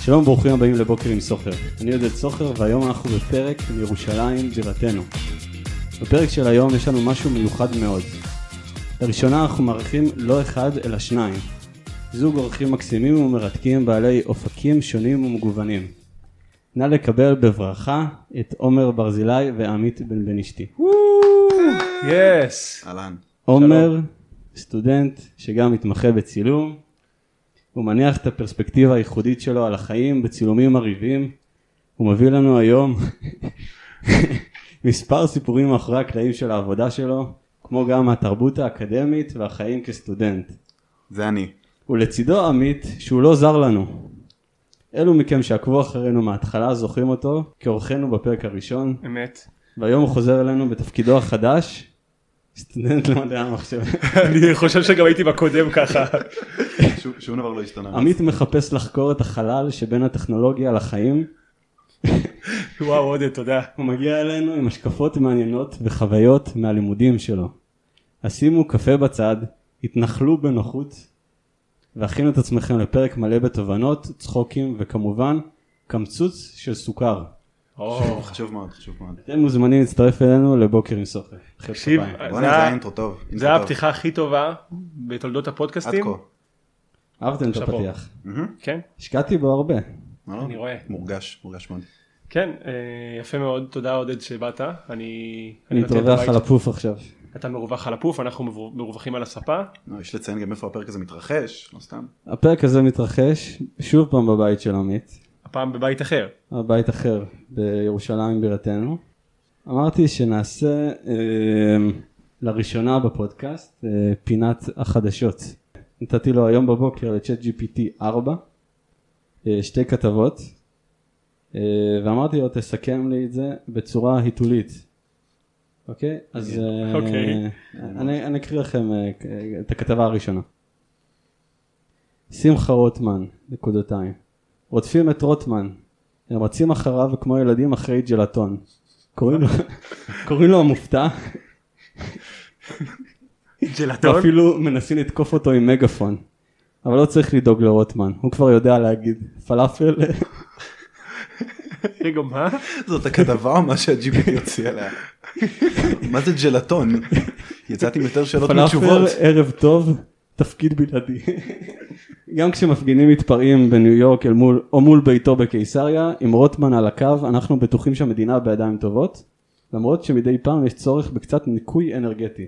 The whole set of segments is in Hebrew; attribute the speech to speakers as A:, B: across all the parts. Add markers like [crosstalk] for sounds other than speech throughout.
A: שלום וברוכים הבאים לבוקר עם סוחר. אני עודד סוחר והיום אנחנו בפרק של ירושלים בירתנו. בפרק של היום יש לנו משהו מיוחד מאוד. לראשונה אנחנו מארחים לא אחד אלא שניים. זוג אורחים מקסימים ומרתקים בעלי אופקים שונים ומגוונים. נא לקבל בברכה את עומר ברזילי ועמית בן בן אשתי.
B: יס.
C: אהלן.
A: עומר, סטודנט שגם מתמחה בצילום, הוא מניח את הפרספקטיבה הייחודית שלו על החיים בצילומים מרהיבים, הוא מביא לנו היום [laughs] מספר סיפורים מאחורי הקלעים של העבודה שלו, כמו גם התרבות האקדמית והחיים כסטודנט.
C: זה אני.
A: ולצידו עמית, שהוא לא זר לנו. אלו מכם שעקבו אחרינו מההתחלה זוכרים אותו כאורחנו בפרק הראשון,
B: אמת.
A: והיום הוא חוזר אלינו בתפקידו החדש, סטודנט למדעי המחשב.
B: [laughs] אני חושב שגם הייתי בקודם
C: [laughs]
B: ככה.
C: שום- שום דבר לא השתנה.
A: עמית מחפש לחקור את החלל שבין הטכנולוגיה לחיים,
B: וואו עודד תודה.
A: הוא מגיע אלינו עם השקפות מעניינות וחוויות מהלימודים שלו. אז שימו קפה בצד, התנחלו בנוחות, והכינו את עצמכם לפרק מלא בתובנות, צחוקים וכמובן קמצוץ של סוכר.
C: חשוב מאוד, חשוב מאוד.
A: אתם מוזמנים להצטרף אלינו לבוקר עם סופר.
B: תקשיב,
C: בואנה זה היה אינטרו טוב. אינטרו
B: זה היה
C: טוב.
B: הפתיחה הכי טובה בתולדות
C: עד
B: הפודקאסטים.
C: כה.
A: אהבתם את
B: שאפו.
A: הפתיח.
C: מהמם.
B: כן,
A: השקעתי בו הרבה.
C: לא?
B: אני רואה.
C: מורגש, מורגש מאוד.
B: כן, אה, יפה מאוד, תודה עודד שבאת. אני...
A: אני
B: נותן את
A: מתרווח
B: הבית.
A: על הפוף עכשיו.
B: אתה מרווח על הפוף, אנחנו מרוב- מרווחים על הספה.
C: לא, יש לציין גם איפה הפרק הזה מתרחש, לא סתם.
A: הפרק הזה מתרחש שוב פעם בבית של עמית.
B: הפעם
A: [laughs]
B: בבית אחר.
A: בית אחר בירושלים בירתנו. אמרתי שנעשה אה, לראשונה בפודקאסט אה, פינת החדשות. נתתי לו היום בבוקר לצ'אט GPT 4, אה, שתי כתבות, אה, ואמרתי לו תסכם לי את זה בצורה היתולית. אוקיי? אז אה,
B: אוקיי.
A: אני, אני אקריא לכם אה, את הכתבה הראשונה. שמחה רוטמן, נקודתיים. רודפים את רוטמן, הם רצים אחריו כמו ילדים אחרי ג'לטון. קוראים לו, [laughs] קוראים לו המופתע,
C: נכון?
B: ג'לטון.
A: ואפילו מנסים לתקוף אותו עם מגאפון. אבל לא צריך לדאוג לרוטמן, הוא כבר יודע להגיד פלאפל,
B: רגע מה?
C: [laughs] זאת הכתבה או מה שה-GPT הוציא עליה? מה זה ג'לטון? יצאתי עם יותר שאלות
A: פלאפל,
C: מתשובות.
A: ערב טוב, תפקיד בלעדי. [laughs] גם כשמפגינים מתפרעים בניו יורק אל מול, או מול ביתו בקיסריה, עם רוטמן על הקו, אנחנו בטוחים שהמדינה בידיים טובות, למרות שמדי פעם יש צורך בקצת ניקוי אנרגטי.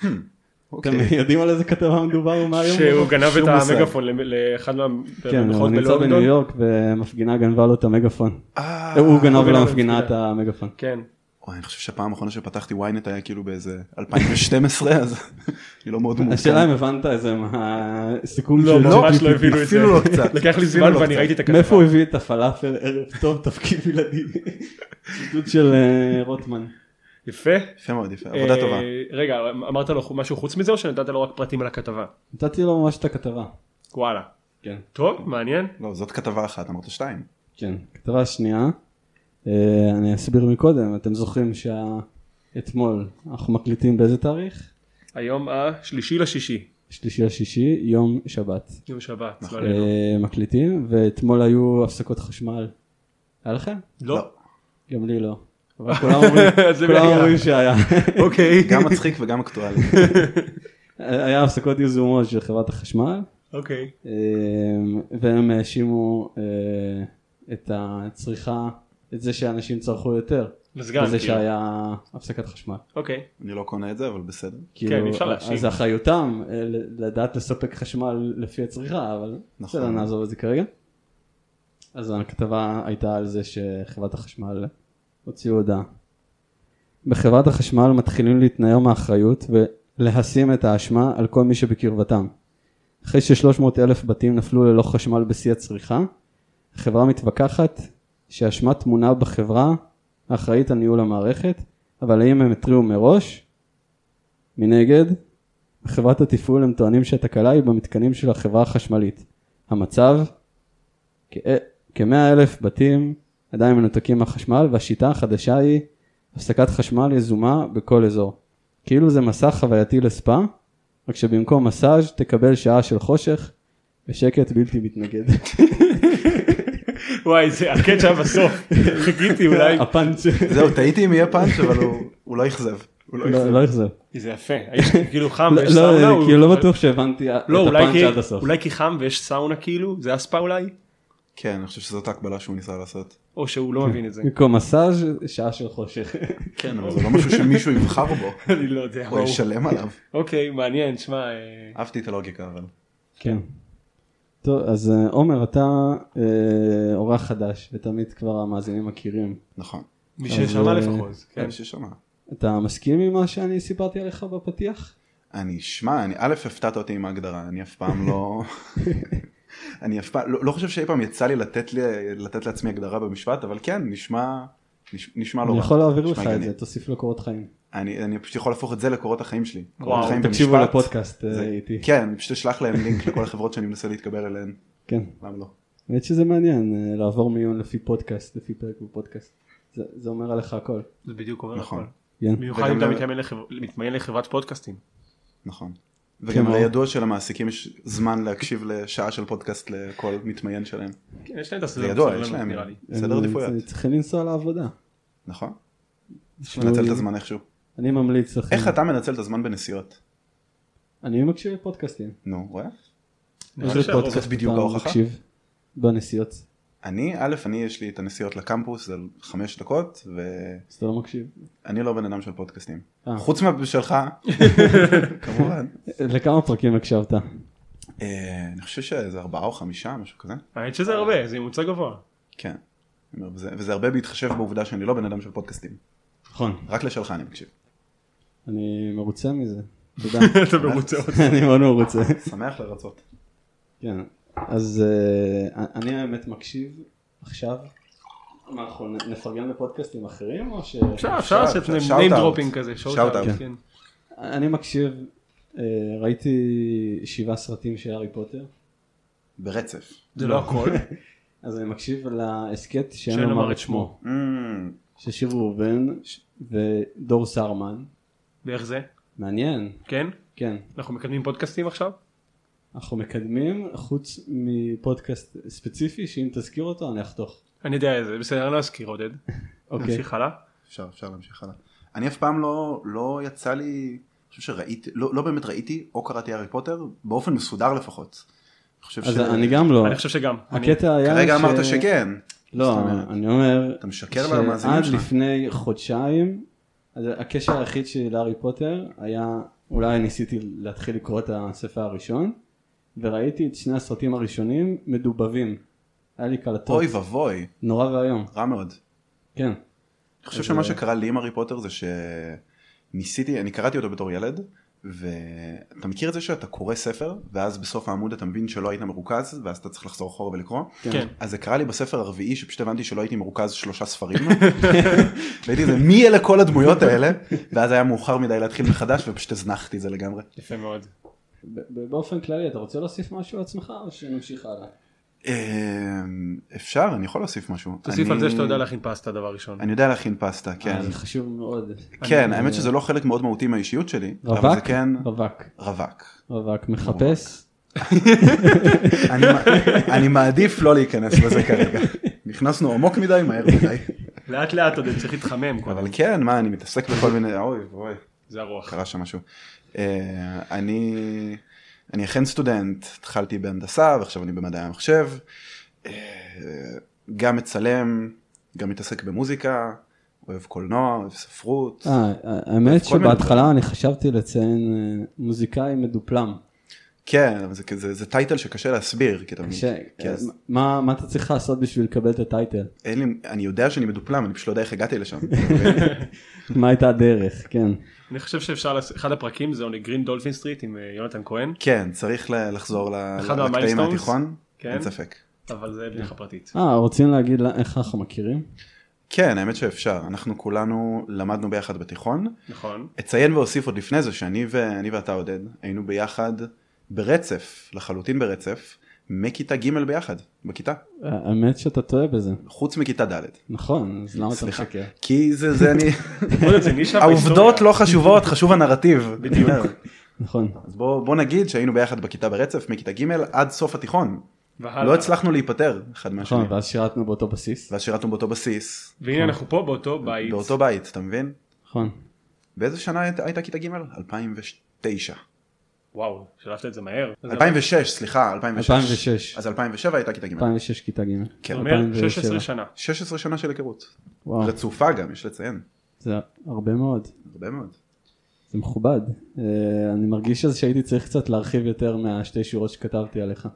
A: אתם
C: אוקיי.
A: יודעים על איזה כתבה מדובר? מה היום?
B: שהוא גנב את
C: שום מושג.
B: המגאפון למ- לאחד
A: כן, הוא
B: מהמכונות
A: נמצא בניו
B: נכון, בלונדון.
A: יורק ומפגינה גנבה לו את המגאפון.
C: אה,
A: הוא גנב
B: גנב
A: למפגינה את
B: למפגינה.
A: המגאפון.
B: כן.
C: וואי, אני חושב שהפעם האחרונה שפתחתי ynet היה כאילו באיזה 2012 אז [laughs] אני לא מאוד מעודכן.
A: השאלה אם הבנת איזה מהסיכום
B: לא,
A: שלו.
B: ממש לא הבינו את זה.
C: אפילו לא קצת.
B: לקח לי
C: אפילו
B: זמן
C: לא
B: ואני
C: קצת.
B: ראיתי את הכתבה.
A: מאיפה הוא הביא את הפלאפל ערב טוב תפקיד בלעדי? ציטוט של אה, רוטמן.
B: יפה.
C: יפה מאוד, יפה, עבודה טובה.
B: אה, רגע, אמרת לו משהו חוץ מזה או שנתת לו רק פרטים על הכתבה?
A: נתתי לו ממש את הכתבה.
B: וואלה.
A: כן.
B: טוב, מעניין.
C: לא, זאת כתבה אחת, אמרת שתיים.
A: כן. כתבה שנייה. אה, אני אסביר מקודם, אתם זוכרים שאתמול אנחנו מקליטים באיזה תאריך?
B: היום השלישי לשישי,
A: שלישי לשישי, יום שבת.
B: יום שבת. לא
C: נכון.
B: עלינו.
A: אה, מקליטים, ואתמול היו הפסקות חשמל. היה לכם?
B: לא.
A: גם לי לא. אבל
B: [laughs]
A: כולם [laughs] אומרים,
B: אז זה
A: כולם
B: בעיה.
A: אומרים שהיה.
B: אוקיי.
A: [laughs]
C: גם מצחיק וגם אקטואלי.
A: היה הפסקות יזומות של חברת החשמל,
B: אוקיי.
A: אה, והם האשימו אה, את הצריכה, את זה שאנשים צרכו יותר.
B: מזגן.
A: זה
B: כאילו.
A: שהיה הפסקת חשמל.
B: אוקיי.
C: אני לא קונה את זה, אבל בסדר.
A: כאילו,
B: כן, אפשר להאשים.
A: אז אחריותם אה, ל- לדעת לספק חשמל לפי הצריכה, אבל
C: נכון.
A: בסדר, נעזוב את זה כרגע. אז הכתבה הייתה על זה שחברת החשמל הוציאו הודעה. בחברת החשמל מתחילים להתנער מאחריות ולהשים את האשמה על כל מי שבקרבתם. אחרי ש-300 אלף בתים נפלו ללא חשמל בשיא הצריכה, החברה מתווכחת שהאשמה טמונה בחברה האחראית על ניהול המערכת, אבל האם הם התריעו מראש? מנגד, בחברת התפעול הם טוענים שהתקלה היא במתקנים של החברה החשמלית. המצב, כמאה אלף בתים עדיין מנותקים מהחשמל והשיטה החדשה היא הפסקת חשמל יזומה בכל אזור. כאילו זה מסע חווייתי לספה, רק שבמקום מסאז' תקבל שעה של חושך ושקט בלתי מתנגד.
B: וואי, זה הקט שהיה
A: [laughs]
B: בסוף. חיכיתי [laughs] אולי.
A: הפאנץ'
C: זהו, טעיתי אם יהיה פאנץ', אבל הוא- הוא לא אכזב. הוא לא
A: לא
C: אכזב.
A: לא אכזב.
B: זה יפה. האיש כאילו חם
A: לא,
B: ויש סאונה.
A: לא,
B: הוא-
A: כאילו לא בטוח שהבנתי את
B: לא, אולי
A: הפאנץ'
B: כי-
A: עד הסוף.
B: אולי כי חם ויש סאונה כאילו, זה אספה אולי?
C: כן, אני חושב שזאת ההקבלה שהוא ניסה לעשות.
B: או שהוא
A: כן.
B: לא מבין את זה. [laughs]
A: במקום מסאז' שעה של חושך.
C: כן, אבל זה לא משהו שמישהו יבחר
A: [laughs]
C: בו,
B: אני לא יודע.
C: או
B: ברור.
C: ישלם עליו.
B: אוקיי, מעניין, שמע, אה,
C: אהבתי את הלוגיקה, אבל.
A: כן. טוב, אז אה, עומר, אתה אה, אורח חדש, ותמיד כבר המאזינים מכירים.
C: נכון.
B: מי
A: אז,
B: ששמע
A: אה,
B: לפחות. כן.
C: כן, ששמע.
A: אתה מסכים עם מה שאני סיפרתי עליך בפתיח?
C: אני, שמע, אני, א', הפתעת אותי עם ההגדרה, אני אף פעם
A: [laughs]
C: לא... אני אף פעם, לא, לא חושב שאי פעם יצא לי לתת, לי לתת לעצמי הגדרה במשפט, אבל כן, נשמע, נש, נשמע לא
A: אני
C: רע.
A: יכול להעביר לך
C: נשמע
A: את
C: הגיוני.
A: זה, תוסיף לו קורות חיים.
C: אני, אני פשוט יכול להפוך את זה לקורות החיים שלי.
B: וואו,
C: קורות חיים
A: תקשיבו
C: במשפט.
A: לפודקאסט אה,
C: זה-
A: איתי.
C: כן, אני פשוט אשלח להם לינק לכל החברות שאני מנסה להתקבל אליהן.
A: כן.
C: למה לא?
A: האמת שזה מעניין, אה, לעבור מיון לפי פודקאסט, לפי פרק בפודקאסט. זה זה אומר עליך הכל.
B: זה בדיוק אומר
C: נכון.
B: הכל.
A: כן.
B: במיוחד
C: וגם
B: אם אתה
C: לא-
B: מתמיין לחבר- מתמיין לחברת פודקאסטים.
C: נכון. וגם
A: כמו-
C: הרי ידוע שלמעסיקים יש זמן להקשיב לשעה של פודקאסט לכל מתמיין שלהם.
B: כן, יש להם את
C: זה
B: הסדר
C: ידוע,
B: בסבלנות,
C: יש להם
B: נראה לי.
C: סדר
A: הם,
C: עדיפויות.
A: אה, צריכים לנסוע לעבודה.
C: נכון?
A: שהוא-
C: לנצל את הזמן איכשהו.
A: אני ממליץ לכם.
C: איך אתה מנצל את הזמן בנסיעות?
A: אני מקשיב לפודקאסטים.
C: נו, רואה?
B: נראה
A: איזה
B: לי שהרוב-
A: פודקאסט
C: זאת בדיוק
A: אתה
C: ההוכחה.
A: מקשיב? בנסיעות.
C: אני, א', אני יש לי את הנסיעות לקמפוס, זה חמש דקות, ואני
A: אז אתה לא מקשיב.
C: לא בן אדם של פודקאסטים.
A: אה.
C: חוץ משלך, [laughs] כמובן.
A: לכמה פרקים הקשבת?
C: אה, אני חושב שזה ארבעה או חמישה, משהו כזה.
B: האמת שזה הרבה, זה ממוצע גבוה.
C: כן. אני אומר, וזה, וזה הרבה בהתחשב בעובדה שאני לא בן אדם של פודקאסטים.
A: נכון.
C: רק לשלך אני מקשיב.
A: אני מרוצה מזה. תודה.
B: [laughs]
A: [laughs]
B: אתה מרוצה עוד.
A: אני מאוד מרוצה.
C: שמח לרצות.
A: כן. אז אה, אני האמת מקשיב עכשיו. מה אנחנו נ- נפרגן לפודקאסטים אחרים או ש...
B: אפשר, אפשר לעשות
C: אפשר,
B: name
C: shout out.
B: dropping כזה,
C: Shout
B: שאוט
C: out. [laughs]
B: כן.
A: אני מקשיב, אה, ראיתי שבעה סרטים של הארי פוטר,
C: ברצף.
B: זה לא הכל.
A: אז אני מקשיב להסכת שאין
B: שאין
A: לומר את שמו,
C: Mm,
A: של שיר ראובן ש- ודור סרמן,
B: ואיך זה?
A: מעניין,
B: כן?
A: כן,
B: אנחנו מקדמים פודקאסטים עכשיו?
A: אנחנו מקדמים חוץ מפודקאסט ספציפי שאם תזכיר אותו אני אחתוך,
B: אני יודע איזה, בסדר, אני לא אזכיר עודד.
A: אוקיי,
B: נמשיך הלאה.
C: אפשר, אפשר להמשיך הלאה. אני אף פעם לא, לא יצא לי, אני חושב שראיתי, לא, לא באמת ראיתי, או קראתי הארי פוטר, באופן מסודר לפחות. אני חושב
A: אז אני גם לא,
B: אני חושב שגם. אני-
A: הקטע היה,
C: כרגע
A: ש-
C: אמרת שכן.
A: לא,
C: זאת אומרת,
A: אני אומר,
C: אתה משקר למאזינים
A: שעד
C: כן, שלך.
A: לפני חודשיים, אז הקשר היחיד שלי להארי פוטר היה, אולי ניסיתי להתחיל לקרוא את הספר הראשון, וראיתי את שני הסרטים הראשונים מדובבים. היה לי קלטות,
C: אוי ואבוי,
A: נורא ואיום,
C: רע מאוד.
A: כן.
C: אני חושב
A: אז-
C: שמה שקרה לי עם הארי פוטר זה שניסיתי, אני קראתי אותו בתור ילד, ואתה מכיר את זה שאתה קורא ספר, ואז בסוף העמוד אתה מבין שלא היית מרוכז, ואז אתה צריך לחזור אחורה ולקרוא?
B: כן.
C: אז זה קרה לי בספר הרביעי, שפשוט הבנתי שלא הייתי מרוכז שלושה ספרים.
A: [laughs]
C: והייתי איזה, מי אלה כל הדמויות האלה? ואז היה מאוחר מדי להתחיל מחדש, ופשוט הזנחתי את זה לגמרי.
B: יפה מאוד.
A: ב- ב- באופן כללי, אתה רוצה להוסיף משהו לעצמך או שנמשיך הלאה?
C: אמ, אפשר, אני יכול להוסיף משהו.
B: תוסיף
C: אני-
B: על זה שאתה יודע להכין פסטה דבר ראשון.
C: אני יודע להכין פסטה, כן.
A: אה, זה חשוב מאוד.
C: כן, האמת שזה לא חלק מאוד מהותי מהאישיות שלי, אבל זה
A: רווק?
C: כן
A: רווק,
C: רווק.
A: רווק, מחפש.
C: אני מע- [laughs] אני מעדיף לא להיכנס לזה כרגע. נכנסנו עמוק מדי, מהר מדי.
B: לאט לאט עודד צריך
C: [laughs]
B: להתחמם קודם.
C: אבל כן, מה, אני מתעסק בכל מיני, אוי ואבוי,
B: זה הרוח.
C: קרה שם משהו. אה, אני אני אכן סטודנט, התחלתי בהנדסה ועכשיו אני במדעי המחשב. אה, גם מצלם, גם מתעסק במוזיקה, אוהב קולנוע, אוהב ספרות.
A: אה, האמת
C: כל מיני
A: שבהתחלה אני חשבתי לציין אה, מוזיקאי מדופלם.
C: כן, אבל זה כזה- זה טייטל שקשה להסביר, כי אתה מבין.
A: קשה,
C: כי אז-
A: מה מה אתה צריך לעשות בשביל לקבל את הטייטל? [laughs]
C: אין לי- אני יודע שאני מדופלם, אני פשוט לא יודע איך הגעתי לשם.
A: מה הייתה הדרך, כן.
B: אני חושב שאפשר, לעשות- אחד הפרקים זה גרין דולפין סטריט עם אה, יונתן כהן,
C: כן, צריך ל- לחזור ל-
B: אחד
C: לקטעים
B: מהמיילסטונס?
C: מהתיכון,
B: כן.
C: אין ספק.
B: אבל זה בדיחה פרטית.
A: אה, רוצים להגיד לה- איך אנחנו מכירים?
C: כן, האמת שאפשר, אנחנו כולנו למדנו ביחד בתיכון.
B: נכון.
C: אציין ואוסיף עוד לפני זה שאני ו- אני ואתה עודד היינו ביחד ברצף, לחלוטין ברצף, מכיתה ג' ביחד, בכיתה,
A: אה, האמת שאתה טועה בזה.
C: חוץ מכיתה ד'.
A: נכון, אז למה אתה
C: סליחה.
A: משקר?
C: כי זה, זה אני,
B: [laughs] עודד, לא זה נישה
C: העובדות
B: בהיסטוריה.
C: לא חשובות, חשוב הנרטיב.
B: בדיוק.
C: [laughs]
A: נכון.
C: אז בוא, בוא נגיד שהיינו ביחד בכיתה ברצף, מכיתה ג' עד סוף התיכון.
B: והלאה.
C: לא הצלחנו להיפטר אחד
A: נכון,
C: מהשני.
A: ואז שירתנו באותו בסיס.
C: ואז שירתנו באותו בסיס,
B: והנה אנחנו פה באותו בית.
C: כן, באותו בית, אתה מבין?
A: נכון.
C: באיזה שנה היית- הייתה כיתה ג'? 2009.
B: וואו, שלפת את זה מהר. אז
C: 2006, סליחה, 2006.
A: 2006.
C: אז 2007 הייתה כיתה ג'.
A: 2006 כיתה ג'.
B: זה
C: כן.
B: אומר
A: 2007.
B: 16 שנה.
C: 16 שנה של היכרות.
A: וואו,
C: רצופה גם, יש לציין.
A: זה הרבה מאוד.
C: הרבה מאוד.
A: זה מכובד. אה, אני מרגיש אז שהייתי צריך קצת להרחיב יותר מהשתי שורות שכתבתי עליך.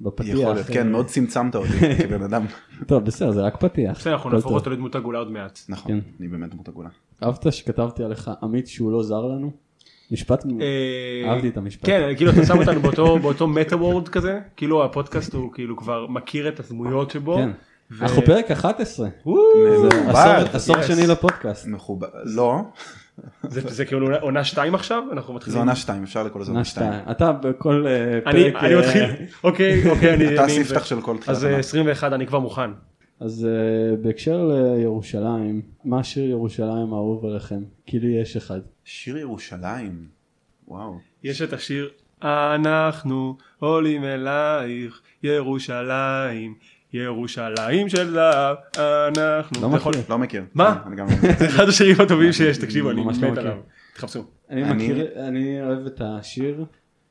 A: בפתיח.
C: יכול להיות,
A: אה.
C: כן, מאוד צמצמת
A: [laughs]
C: אותי כבן אדם.
A: טוב, בסדר, זה רק פתיח.
B: בסדר, אנחנו
C: לא
A: הכל
B: נהפוך
A: טוב.
B: אותו לדמות עגולה עוד מעט.
C: נכון,
A: כן.
C: אני באמת דמות עגולה.
A: אהבת שכתבתי עליך עמית שהוא לא זר לנו? משפט מ-
B: אה,
A: אהבתי את המשפט.
B: כן, כאילו אתה שם אותנו באותו-
C: [laughs]
B: באותו מטה וורד כזה, כאילו הפודקאסט הוא כאילו כבר מכיר את הדמויות שבו.
A: כן. אנחנו פרק 11.
B: וואו,
A: זה
C: מכובד,
A: עשור- עשור
B: yes.
A: שני לפודקאסט.
C: מכובד, לא,
B: זה זה כאילו עונה- עונה 2 עכשיו? אנחנו מתחילים.
C: זו עונה 2, אפשר לקרוא לזה
A: עונה
C: עונה 2.
A: אה, שתיים. אתה בכל אה,
B: אני
A: פרק...
B: אני
A: אה,
B: מתחיל, אוקיי, אוקיי, אני...
C: כן. אתה
B: אני-
C: הספתח של כל תחילת
B: אז
C: עונה.
B: אה, 21 אני כבר מוכן.
A: אז אה, בהקשר לירושלים, מה שיר ירושלים האהוב עליכם? כי לי יש אחד.
C: שיר ירושלים, וואו.
B: יש את השיר אנחנו עולים אלייך ירושלים ירושלים של זהב אנחנו
A: לא
B: אתה יכול-
A: מכיר.
C: לא מכיר.
B: מה?
C: אני גם-
B: זה אחד השירים הטובים שיש תקשיבו אני
A: ממש לא
B: מת
A: מכיר.
B: עליו תחפשו
A: אני
C: אני-
A: מכיר, אני אוהב את השיר.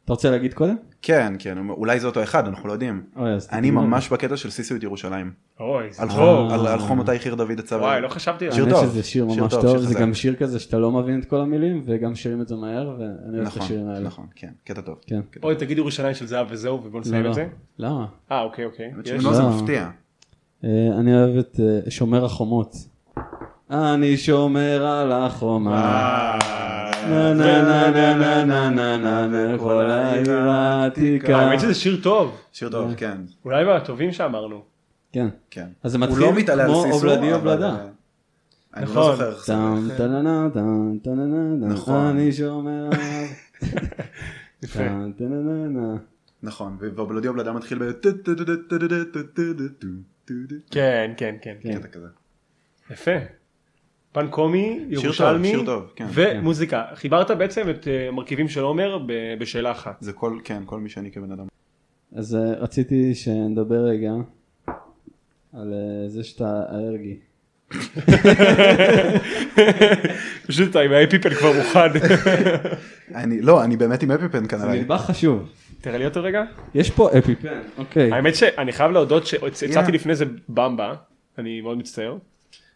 A: אתה רוצה להגיד קודם?
C: כן, כן, אולי זה אותו אחד, אנחנו לא יודעים.
A: אוי, אז
C: אני
A: תגיד לנו.
C: ממש בקטע של סיסו את ירושלים.
B: אוי זה
A: אה.
C: על
B: טוב
C: חום- על- על חומותייך עיר דוד הצבא.
B: וואי לא חשבתי על זה
C: שיר
A: האמת
C: טוב.
A: שזה שיר
C: שיר
A: ממש
C: טוב,
A: טוב,
C: שיר
A: זה
C: חזק.
A: גם שיר כזה שאתה לא מבין את כל המילים, וגם שרים את זה מהר, ואני אוהב את השירים
C: נכון,
A: האלה.
C: נכון, כן, קטע טוב.
A: כן.
B: אוי תגיד ירושלים של זהב וזהו ובוא נסיים
A: לא,
B: את זה
A: לא. למה?
B: אה אוקיי אוקיי
C: האמת
B: יש.
C: שבנו זה
A: לא.
C: מפתיע.
A: אה, אני אוהב את אה, שומר החומות. אני שומר על החומה.
B: אה.
C: אה,
A: נה נה נה נה נה נה נה נה נה כל
B: אה.
A: העיר
C: לא, אה,
A: העתיקה.
B: האמת שזה שיר טוב
C: שיר טוב, כן,
B: אולי מהטובים שאמרנו
A: כן.
C: כן.
A: אז זה מתחיל
C: הוא לא מתעלה על
A: כמו
C: סיסו,
A: אובלדי
C: אבל,
A: אובלדה.
C: אה, אני לא
B: נכון.
C: זוכר איך זה.
A: טם טננה טם טננה טם.
C: נכון.
A: אני שומר על...
C: [laughs]
B: יפה
A: טם טננה.
C: נכון, ואובלדי אובלדה מתחיל ב... טו, טו, טו, טו, טו, טו, טו, טו, טו, טו, טו.
B: כן כן כן
A: כן.
C: קטע כזה.
B: יפה. פן קומי,
C: טוב,
B: ירושלמי,
C: שיר טוב, כן.
B: ומוזיקה. חיברת בעצם את אה, המרכיבים של עומר ב- בשאלה אחת.
C: זה כל, כן, כל מי שאני כבן אדם.
A: אז אה, רציתי שנדבר רגע על אה, זה שאתה אלרגי.
B: פשוט עם האפיפל כבר מוכן.
C: אני, לא, אני באמת עם אפיפן
A: זה
C: כנראה.
A: נדבך חשוב.
B: תראה לי אותו רגע.
A: יש פה אפיפן, אוקיי.
B: האמת שאני חייב להודות
C: הנה.
B: שהצעתי לפני זה במבה, אני מאוד מצטער.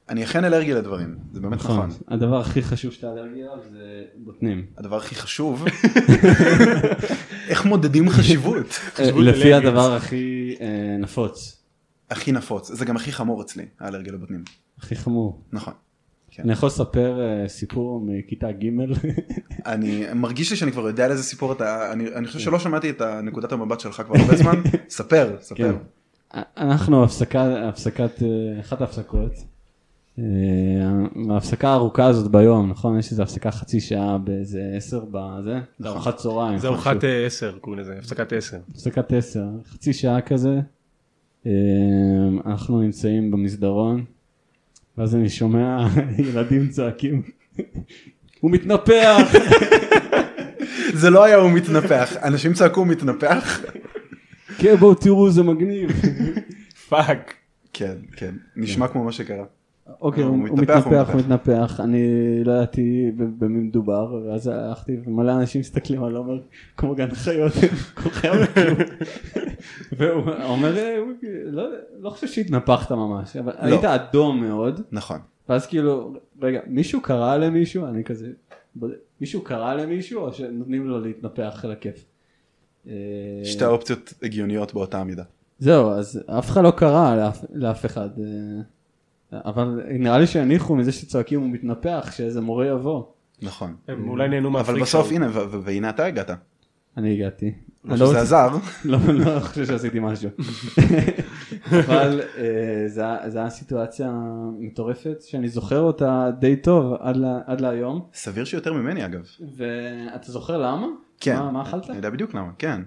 C: אני אכן אלרגי לדברים, זה באמת נכון.
A: הדבר הכי חשוב שאתה אלרגי אליו זה בוטנים.
C: הדבר הכי
A: [laughs]
C: חשוב, איך מודדים חשיבות?
B: חשיבות
A: אה, לפי
B: אלרגיה.
A: הדבר הכי אה, נפוץ,
C: הכי נפוץ, זה גם הכי חמור אצלי, האלרגיה לבוטנים.
A: הכי חמור.
C: נכון. כן.
A: אני יכול לספר אה, סיפור מכיתה ג' [laughs]
C: אני מרגיש לי שאני כבר יודע על איזה סיפור אתה, אני, אני חושב שלא שמעתי את נקודת המבט שלך כבר הרבה זמן,
A: [laughs]
C: ספר, ספר.
A: כן. אנחנו הפסקה, הפסקת, אה, אחת ההפסקות, אה, ההפסקה הארוכה הזאת ביום, נכון? יש איזו הפסקה חצי שעה באיזה עשר בזה, זה ארוחת צהריים.
B: זה ארוחת
C: אה,
B: 10 קוראים לזה, הפסקת 10.
A: הפסקת עשר, חצי שעה כזה, אה, אנחנו נמצאים במסדרון, ואז אני שומע [laughs] ילדים צועקים, הוא מתנפח,
C: [laughs] זה לא היה הוא מתנפח, אנשים צעקו הוא מתנפח.
A: כן בואו תראו זה
C: [laughs]
A: מגניב.
B: פאק.
C: כן, כן, נשמע כמו מה שקרה.
A: אוקיי,
C: הוא
A: הוא הוא
C: מתנפח, הוא
A: מתנפח, הוא
C: מתנפח.
A: מתנפח, אני לא ידעתי במי מדובר, ואז הלכתי ומלא אנשים מסתכלים על עומר כמו גן חיות, [laughs] כולכם
C: [laughs]
A: כאילו. והוא אומר, "אה, הוא- לא- לא חושב שהתנפחת ממש, אבל
C: לא.
A: היית אדום מאוד.
C: נכון.
A: ואז כאילו, רגע, מישהו קרא למישהו? אני כזה, בודק, מישהו קרא למישהו או שנותנים לו להתנפח על הכיף? אה,
C: שתי האופציות הגיוניות באותה המידה.
A: זהו, אז אף אחד לא קרא לאף- לאף אחד. אה, אבל נראה לי שהניחו מזה שצועקים הוא מתנפח, שאיזה מורה יבוא.
C: נכון.
B: הם אולי נהנו מהפריק
C: אבל בסוף הנה, ו- ו- והנה אתה הגעת.
A: אני הגעתי.
C: לא
A: אני לא
C: שזה
A: רוצה-
C: עזר,
A: לא לא חושב שעשיתי
C: [laughs]
A: משהו. אבל אה, זה היה- זה היה סיטואציה מטורפת שאני זוכר אותה די טוב עד ל- עד להיום.
C: סביר שיותר ממני אגב.
A: ואתה זוכר למה?
C: כן.
A: מה, מה אכלת?
C: אני יודע בדיוק למה, כן.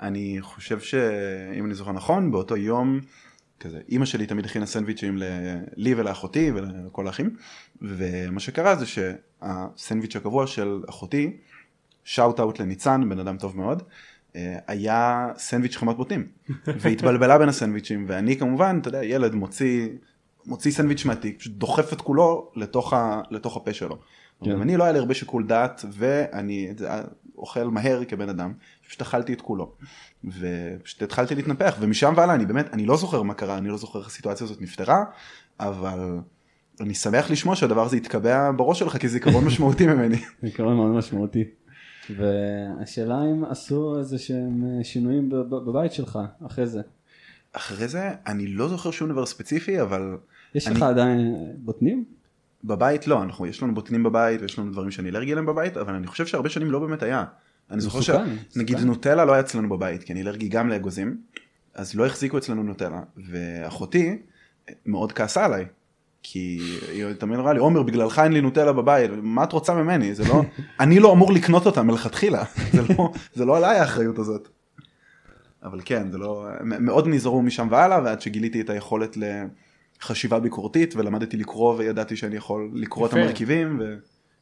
C: אני חושב שאם אני זוכר נכון, באותו יום, כזה, אימא שלי תמיד הכינה סנדוויצ'ים ל- לי ולאחותי ולכל האחים, ומה שקרה זה שהסנדוויץ' הקבוע של אחותי, שאוט אאוט לניצן, בן אדם טוב מאוד, אה, היה סנדוויץ' חמת בוטנים, והתבלבלה בין הסנדוויצ'ים, ואני כמובן, אתה יודע, ילד מוציא, מוציא סנדוויץ' מהתיק, פשוט דוחף את כולו לתוך, ה, לתוך הפה שלו.
A: כן.
C: גם אני לא היה לי הרבה שיקול דעת, ואני את זה, אה, אוכל מהר כבן אדם, פשוט אכלתי את כולו. ופשוט התחלתי להתנפח, ומשם והלאה, אני באמת, אני לא זוכר מה קרה, אני לא זוכר איך הסיטואציה הזאת נפתרה, אבל אני שמח לשמוע שהדבר הזה התקבע בראש שלך, כי זיכרון משמעותי ממני.
A: עיקרון מאוד משמעותי. והשאלה אם עשו איזה שהם אה, שינויים בב- בבית שלך אחרי זה.
C: אחרי זה, אני לא זוכר שום דבר ספציפי, אבל
A: יש
C: אני-
A: לך עדיין אה, בוטנים?
C: בבית לא, אנחנו, יש לנו בוטנים בבית, ויש לנו דברים שאני אלרגי אליהם בבית, אבל אני חושב שהרבה שנים לא באמת היה. אני זוכר ש...
A: מסוכן,
C: נגיד
A: מסוכן.
C: נוטלה לא היה אצלנו בבית, כי אני אלרגי גם לאגוזים, אז לא החזיקו אצלנו נוטלה, ואחותי מאוד כעסה עליי, כי היא תמיד אמרה לי, עומר, בגללך אין לי נוטלה בבית, מה את רוצה ממני? זה
A: [laughs]
C: לא... אני לא אמור לקנות אותה מלכתחילה, [laughs] זה, לא, זה לא עליי האחריות הזאת. אבל כן, זה לא... מ- מאוד נזהרו משם והלאה, ועד שגיליתי את היכולת לחשיבה ביקורתית, ולמדתי לקרוא, וידעתי שאני יכול לקרוא את
B: יפה.
C: המרכיבים, ו...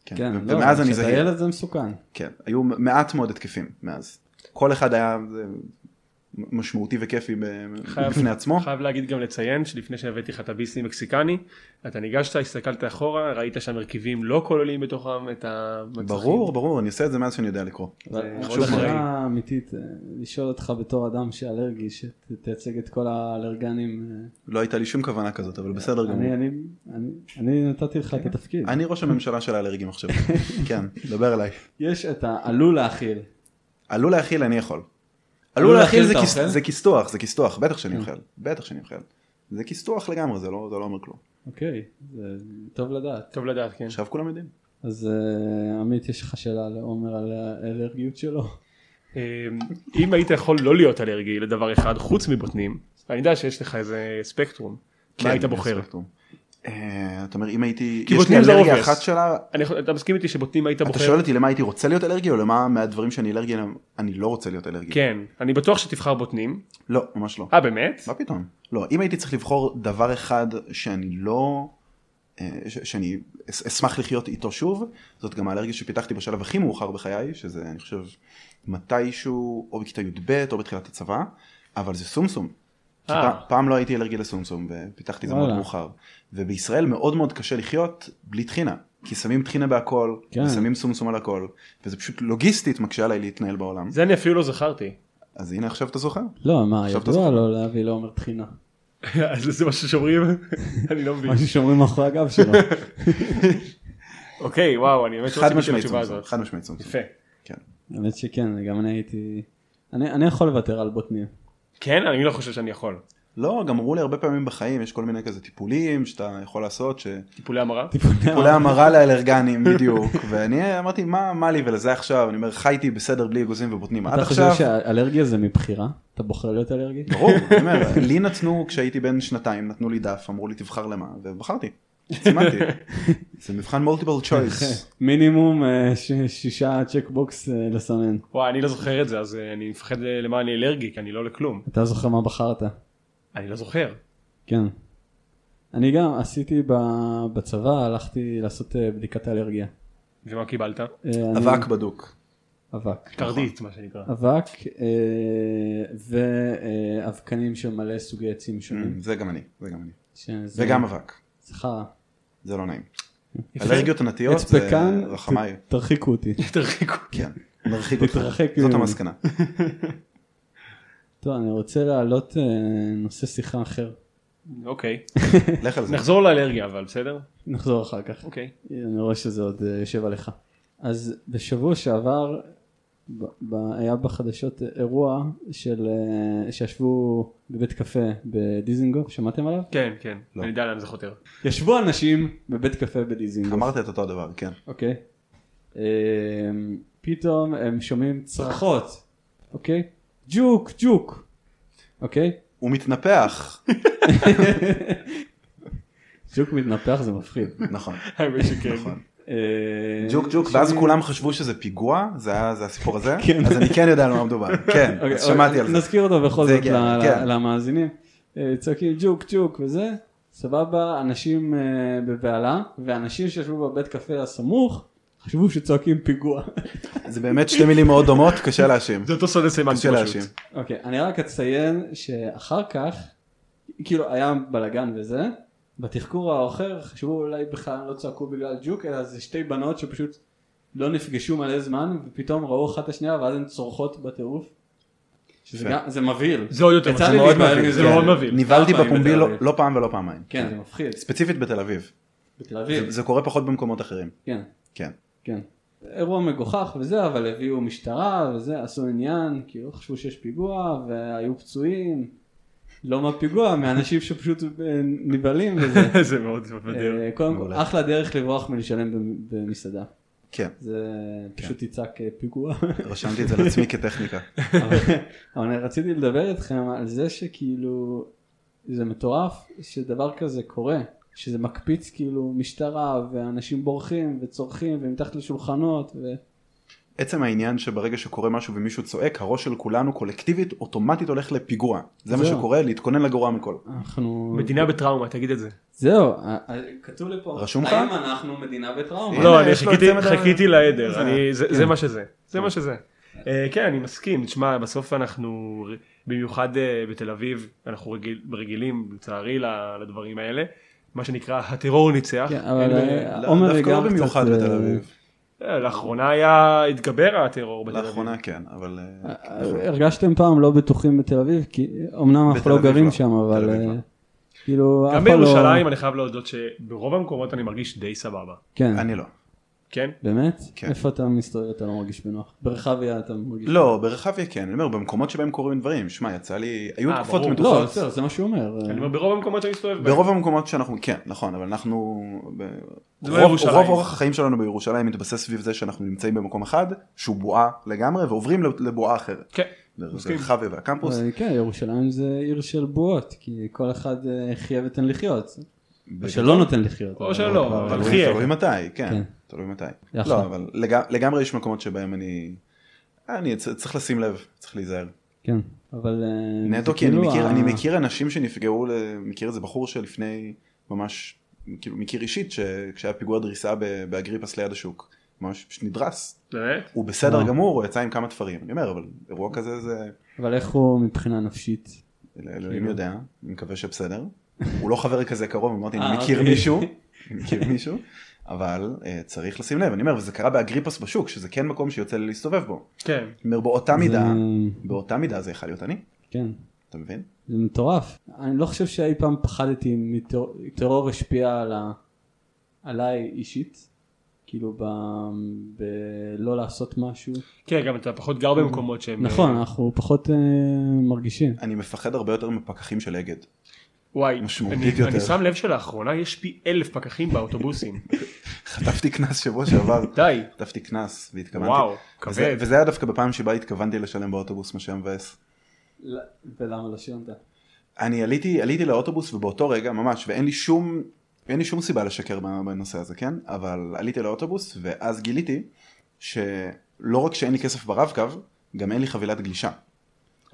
C: כן,
A: כן,
C: ו-
A: לא,
C: ומאז אני
A: כשאתה
C: זהיר.
A: ילד זה מסוכן.
C: כן, היו מעט מאוד התקפים מאז. כל אחד היה אה, משמעותי וכיפי ב-
B: חייב-
C: בפני עצמו.
B: חייב להגיד גם לציין שלפני שהבאתי לך את הביסלי מקסיקני אתה ניגשת הסתכלת אחורה ראית שהמרכיבים לא כוללים בתוכם את המצחים.
C: ברור, ברור, אני עושה את זה מאז שאני יודע לקרוא.
A: אבל
B: מאוד
A: עוד
B: אחראי.
A: שאלה אמיתית, אה, לשאול אותך בתור אדם שאלרגי, שתייצג את כל האלרגנים. אה,
C: לא הייתה לי שום כוונה כזאת, אבל
A: אני-
C: בסדר גמור.
A: אני- אני- אני נתתי לך את התפקיד.
C: כן. אני ראש הממשלה של האלרגים עכשיו. כן, דבר אליי.
A: יש את העלול להאכיל.
C: עלול להאכיל, אני יכול.
A: עלול
C: עלול להאכיל
A: להאכיל
C: זה
A: אתה
C: כיס-
A: אוכל?
C: זה כיסטוח, זה כיסטוח, בטח שאני
A: כן.
C: אוכל. בטח שאני אוכל. זה כיסטוח לגמרי, זה לא זה לא אומר כלום.
A: אוקיי, זה טוב לדעת.
B: טוב לדעת כן
C: עכשיו כולם יודעים.
A: אז אה, עמית, יש לך שאלה לעומר על האלרגיות שלו?
B: אמ, אם היית יכול לא להיות אלרגי לדבר אחד חוץ מבוטנים אני יודע שיש לך איזה ספקטרום
C: כן,
B: מה היית
C: יש
B: בוחר
C: ספקטרום. אה, אתה אומר, אם הייתי...
B: כי
C: יש לי
B: בוטנים זה
C: אלרגיה
B: עובס.
C: אחת שלה,
B: אני יכול- אתה מסכים איתי שבוטנים היית
C: אתה
B: בוחר
C: שואל אותי למה הייתי רוצה להיות אלרגי או למה מהדברים שאני אלרגי אליהם אני לא רוצה להיות אלרגי?
B: כן אני בטוח שתבחר בוטנים
C: לא, ממש לא.
B: אה באמת
C: מה פתאום? לא, אם הייתי צריך לבחור דבר אחד שאני לא... אה, ש- שאני אש- אשמח לחיות איתו שוב, זאת גם האלרגיה שפיתחתי בשלב הכי מאוחר בחיי, שזה אני חושב מתישהו או בכיתה י"ב או בתחילת הצבא, אבל זה סומסום. כי
B: אה.
C: פע- פעם לא הייתי אלרגי לסומסום ופיתחתי את זה מאוד
A: וואלה.
C: מאוחר. ובישראל מאוד מאוד קשה לחיות בלי טחינה, כי שמים טחינה בהכל,
A: כן.
C: ושמים סומסום על הכל, וזה פשוט לוגיסטית מקשה עליי להתנהל בעולם.
B: זה אני אפילו לא זכרתי
C: [laughs] אז הנה עכשיו אתה זוכר.
A: לא, מה,
C: עכשיו אתה
A: ידוע
C: זוכר.
A: לא להביא לעומר טחינה.
B: אז זה משהו שאומרים [laughs] אני לא
C: [laughs]
B: מבין
A: משהו [laughs] שאומרים מאחורי הגב שלו.
B: אוקיי וואו אני באמת לא
C: חד
B: ציפיתי
C: משמעית
B: לתשובה
C: סומסום.
B: הזאת
C: חד משמעית סומסום.
B: יפה
A: האמת שכן, גם אני הייתי... אני אני יכול לוותר על בוטנים.
B: כן אני לא חושב שאני יכול
C: לא, גם אמרו לי הרבה פעמים בחיים, יש כל מיני כזה טיפולים שאתה יכול לעשות, ש-
A: אה.
B: טיפולי המרה
C: טיפולי המרה לאלרגנים בדיוק, [laughs] ואני אמרתי, מה, מה לי ולזה עכשיו? אני אומר, חייתי בסדר בלי אגוזים ובוטנים עד
A: אתה
C: עכשיו.
A: חושב שהאלרגיה זה מבחירה? אתה בוחר להיות אלרגי? [laughs]
C: ברור, אני אומר, לי נתנו, כשהייתי בן שנתיים, נתנו לי דף, אמרו לי תבחר למה, ובחרתי,
A: [laughs]
C: סימנתי. זה מבחן מולטיבל צ'וייס.
A: מינימום אה, ש- שישה צ'ק בוקס אה, לסמן.
B: וואי אני לא זוכר את זה אז אה, אני מפחד אה, למה אני אלרגי כי אני לא לכלום
A: אתה זוכר מה בחרת?
B: אני לא זוכר
A: כן. אני גם עשיתי ב- בצבא, הלכתי לעשות אה, בדיקת אלרגיה.
B: ומה קיבלת?
C: נכון.
A: אה, [laughs] אני- Mm.
C: אבק בדוק.
A: אבק.
B: קרדית מה שנקרא
A: אבק אה, ואבקנים של מלא סוגי עצים שונים.
C: Mm, זה גם אני, זה גם אני.
A: שזה-
C: זה גם אבק,
A: אה, סליחה.
C: זה לא נעים.
B: יפה.
C: אלרגיות ענתיות
A: עץ
C: זה
A: פקן,
C: אה, רחמיי,
A: ת- תרחיקו אותי.
B: [laughs] תרחיקו.
C: כן, נרחיק אותך,
A: תתרחק
C: זאת
A: ממני.
C: המסקנה.
A: טוב, אני רוצה להעלות אה, נושא שיחה אחר. [laughs]
B: אוקיי
C: לך על זה.
A: נכון.
B: נחזור לאלרגיה אבל בסדר?
A: נחזור אחר כך.
B: אוקיי.
A: אני רואה שזה עוד אה, יושב עליך. אז בשבוע שעבר ב- ב- היה בחדשות אה, אירוע של אה, שישבו בבית קפה בדיזינגוף, שמעתם עליו?
B: כן כן
C: לא.
B: אני יודע לאן זה חותר. [laughs]
A: ישבו אנשים בבית קפה בדיזינגוף.
C: אמרת את אותו הדבר, כן.
A: אוקיי. אמ, פתאום הם שומעים צרחות, אוקיי? ג'וק, ג'וק, אוקיי?
C: הוא
A: [laughs]
C: מתנפח.
A: ג'וק מתנפח זה מפחיד.
C: נכון.
B: האמת שכן.
C: נכון.
A: אה,
C: ג'וק ג'וק, ואז
A: שומעים-
C: כולם חשבו שזה פיגוע, זה היה זה הסיפור הזה,
A: כן.
C: אז אני כן יודע על
A: [laughs]
C: מה מדובר, כן,
A: אוקיי,
C: אז שמעתי על זה.
A: נזכיר אותו בכל
C: זה
A: זאת
C: הגיע,
A: ל-
C: כן.
A: ל- למאזינים. אה, צועקים ג'וק, ג'וק וזה, סבבה, אנשים אה, בבהלה, ואנשים שישבו בבית קפה הסמוך, חשבו שצועקים פיגוע.
C: זה באמת שתי מילים מאוד דומות,
A: [laughs]
C: קשה להאשים.
B: זה אותו סודה סמנטי
C: קשה להאשים.
B: פשוט.
A: אוקיי, אני רק אציין שאחר כך, כאילו היה בלאגן וזה, בתחקור האחר חשבו אולי בכלל לא צעקו בגלל ג'וק, אלא זה שתי בנות שפשוט לא נפגשו מלא זמן, ופתאום ראו אחת את השנייה ואז הן צורחות בטירוף. שזה
C: יפה.
A: גם, זה מבהיל.
B: זה עוד יותר
A: יצא
B: מצחיק.
A: לי
B: מאוד
A: להתבהל
B: מבהיל,
A: מזה.
B: זה מאוד
A: כן.
B: מבהיל.
C: נבהלתי
A: כמה פעמים
C: בפומבי
A: בתל
C: לא-
A: אביב.
C: לא פעם ולא פעמיים.
A: כן, אוקיי. זה מפחיד.
C: ספציפית בתל אביב.
A: בתל אביב,
C: זה קורה פחות במקומות
A: [laughs]
C: אחרים.
A: כן.
C: כן.
A: כן. אירוע מגוחך וזה, אבל הביאו משטרה וזה, עשו עניין, כאילו חשבו שיש פיגוע והיו פצועים. לא מהפיגוע, מאנשים שפשוט אה, נבהלים וזה.
B: [laughs] זה מאוד מבדר.
A: אה, קודם כל,
C: מעולה.
A: אחלה דרך לברוח מלשלם במ- במסעדה.
C: כן,
A: זה פשוט יצעק אה, פיגוע.
C: רשמתי את זה לעצמי כטכניקה.
A: אבל [laughs] אבל אני רציתי לדבר איתכם על זה שכאילו, זה מטורף שדבר כזה קורה. שזה מקפיץ כאילו משטרה ואנשים בורחים וצורכים ומתחת לשולחנות ו...
C: עצם העניין שברגע שקורה משהו ומישהו צועק, הראש של כולנו קולקטיבית אוטומטית הולך לפיגוע. זה מה
A: זהו.
C: שקורה, להתכונן לגרוע מכל.
A: אנחנו...
B: מדינה בטראומה, תגיד את זה.
A: זהו, ה- ה- כתוב לי פה,
C: רשום לך?
A: האם אנחנו מדינה בטראומה?
B: לא,
C: הנה,
B: אני
C: יש לו
B: חיכיתי-
C: את צמד ה-
B: חיכיתי לעדר,
C: זה- כן.
B: אני- זה זה מה שזה, זה מה שזה. אה, כן, אני מסכים, תשמע, בסוף אנחנו, במיוחד אה, בתל אביב, אנחנו רגיל- רגילים, לצערי, ל- לדברים האלה. מה שנקרא, הטרור ניצח.
A: כן, אבל
B: אין,
A: אה,
C: לא,
A: עומר
C: דווקא
A: גם
C: לא
A: קצת...
C: במיוחד
A: אה,
C: בתל אביב.
B: אה, לאחרונה היה, התגבר הטרור בתל אביב.
C: לאחרונה כן, אבל... אה, נכון.
A: הרגשתם פעם לא בטוחים בתל אביב? כי אמנם אנחנו
C: בתל
A: לא
C: אביב
A: גרים
C: לא.
A: שם, אבל
C: בתל אביב
A: אה,
C: לא.
A: כאילו... אף
B: גם
A: אחד לא-
B: בירושלים, אני חייב להודות שברוב המקומות אני מרגיש די סבבה.
A: כן,
C: אני לא.
B: כן?
A: באמת?
C: כן.
A: איפה אתה מסתובב אתה לא מרגיש בנוח? ברחביה אתה מרגיש...
C: לא, ברחביה כן, אני אומר, במקומות שבהם קורים דברים, שמע, יצא לי, היו
B: אה,
C: תקופות
B: ברור.
A: לא,
C: מתוחות.
A: בסדר, זה מה שהוא אומר. אה,
B: אני אומר, ברוב המקומות שאני מסתובב בהם.
C: ברוב המקומות שאנחנו, כן, נכון, אבל אנחנו, ב-
B: זה לא
C: רוב-
B: ירושלים.
C: רוב אורח החיים שלנו בירושלים מתבסס סביב זה שאנחנו נמצאים במקום אחד, שהוא בועה לגמרי, ועוברים לבועה אחרת.
B: כן. מסכים.
C: רחביה והקמפוס,
A: אה, כן, ירושלים זה עיר של בועות, כי כל אחד אה, חיה ותן לחיות. או שלא נותן לחיות.
B: או
A: אבל
B: שלא,
A: כבר-
B: אבל
C: תלוי-
B: חיה.
C: תלוי מתי, כן,
A: כן. נכון.
C: תלוי מתי.
A: יחד.
C: לא, אבל לג- לגמרי יש מקומות שבהם אני, אני צ- צריך לשים לב, צריך להיזהר.
A: כן, אבל... אה,
C: נטו
A: זה
C: כי אני
A: כאילו
C: מכיר,
A: ה-
C: אני מכיר אנשים שנפגעו, ל- מכיר איזה בחור שלפני ממש, כאילו מכיר אישית, שכשהיה פיגוע דריסה ב- באגריפס ליד השוק, ממש פשוט נדרס,
B: באמת?
C: הוא בסדר
A: וואו.
C: גמור, הוא יצא עם כמה תפרים, אני אומר, אבל אירוע כזה זה,
A: אבל איך הוא מבחינה נפשית?
C: אל-
A: כאילו.
C: אלוהים יודע, אני מקווה שבסדר, הוא לא חבר כזה קרוב, אמרתי,
A: אה,
C: אני מכיר
A: אוקיי.
C: מישהו, אני מכיר מישהו, אבל אה, צריך לשים לב, אני אומר, וזה קרה באגריפס בשוק, שזה כן מקום שיוצא לי להסתובב בו,
B: כן.
C: אני אומר, באותה מידה,
A: זה-
C: באותה מידה זה יכול להיות אני,
A: כן,
C: אתה מבין?
A: זה מטורף. אני לא חושב שאי פעם פחדתי מטרור, טרור השפיע על ה... עליי אישית, כאילו ב... בלא לעשות משהו.
B: כן, גם אתה פחות גר במקומות שהם...
A: נכון, אנחנו פחות אה, מרגישים.
C: אני מפחד הרבה יותר מפקחים של אגד.
B: וואי,
C: משמעותית
B: אני,
C: יותר.
B: אני שם לב שלאחרונה יש פי אלף פקחים באוטובוסים. [laughs]
C: חטפתי קנס שבוע שעבר,
B: די.
C: חטפתי קנס והתכוונתי.
B: וואו,
C: וזה,
B: כבד.
C: וזה היה דווקא בפעם שבה התכוונתי לשלם באוטובוס מה שהיה מבאס.
A: ל- ולמה לא שילמת?
C: אני עליתי, עליתי לאוטובוס ובאותו רגע ממש, ואין לי שום, אין לי שום סיבה לשקר בנושא הזה, כן? אבל עליתי לאוטובוס ואז גיליתי שלא רק שאין לי כסף ברב קו, גם אין לי חבילת גלישה.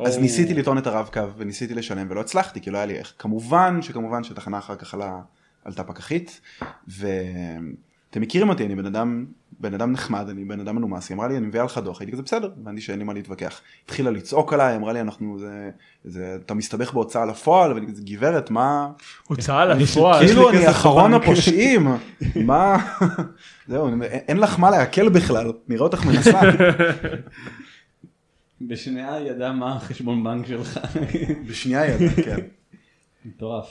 C: אז
B: או-
C: ניסיתי לטעון את הרב קו וניסיתי לשלם ולא הצלחתי כי לא היה לי איך. כמובן שכמובן שתחנה אחר כך עלה, עלתה פקחית ואתם מכירים אותי אני בן אדם בן אדם נחמד אני בן אדם מנומס היא אמרה לי אני מביאה לך דוח הייתי כזה בסדר הבנתי שאין לי מה להתווכח. התחילה לצעוק עליי אמרה לי אנחנו זה, זה אתה מסתבך בהוצאה לפועל ואני כזה גברת מה
B: הוצאה לפועל.
C: כאילו אני
A: כסף
C: אחרון
A: בבנק."
C: הפושעים מה זהו אני אומר, "אין- אין לך מה לעכל בכלל נראה אותך מנסה
A: בשנייה ידע מה החשבון בנק שלך.
C: בשנייה ידע כן
A: מטורף.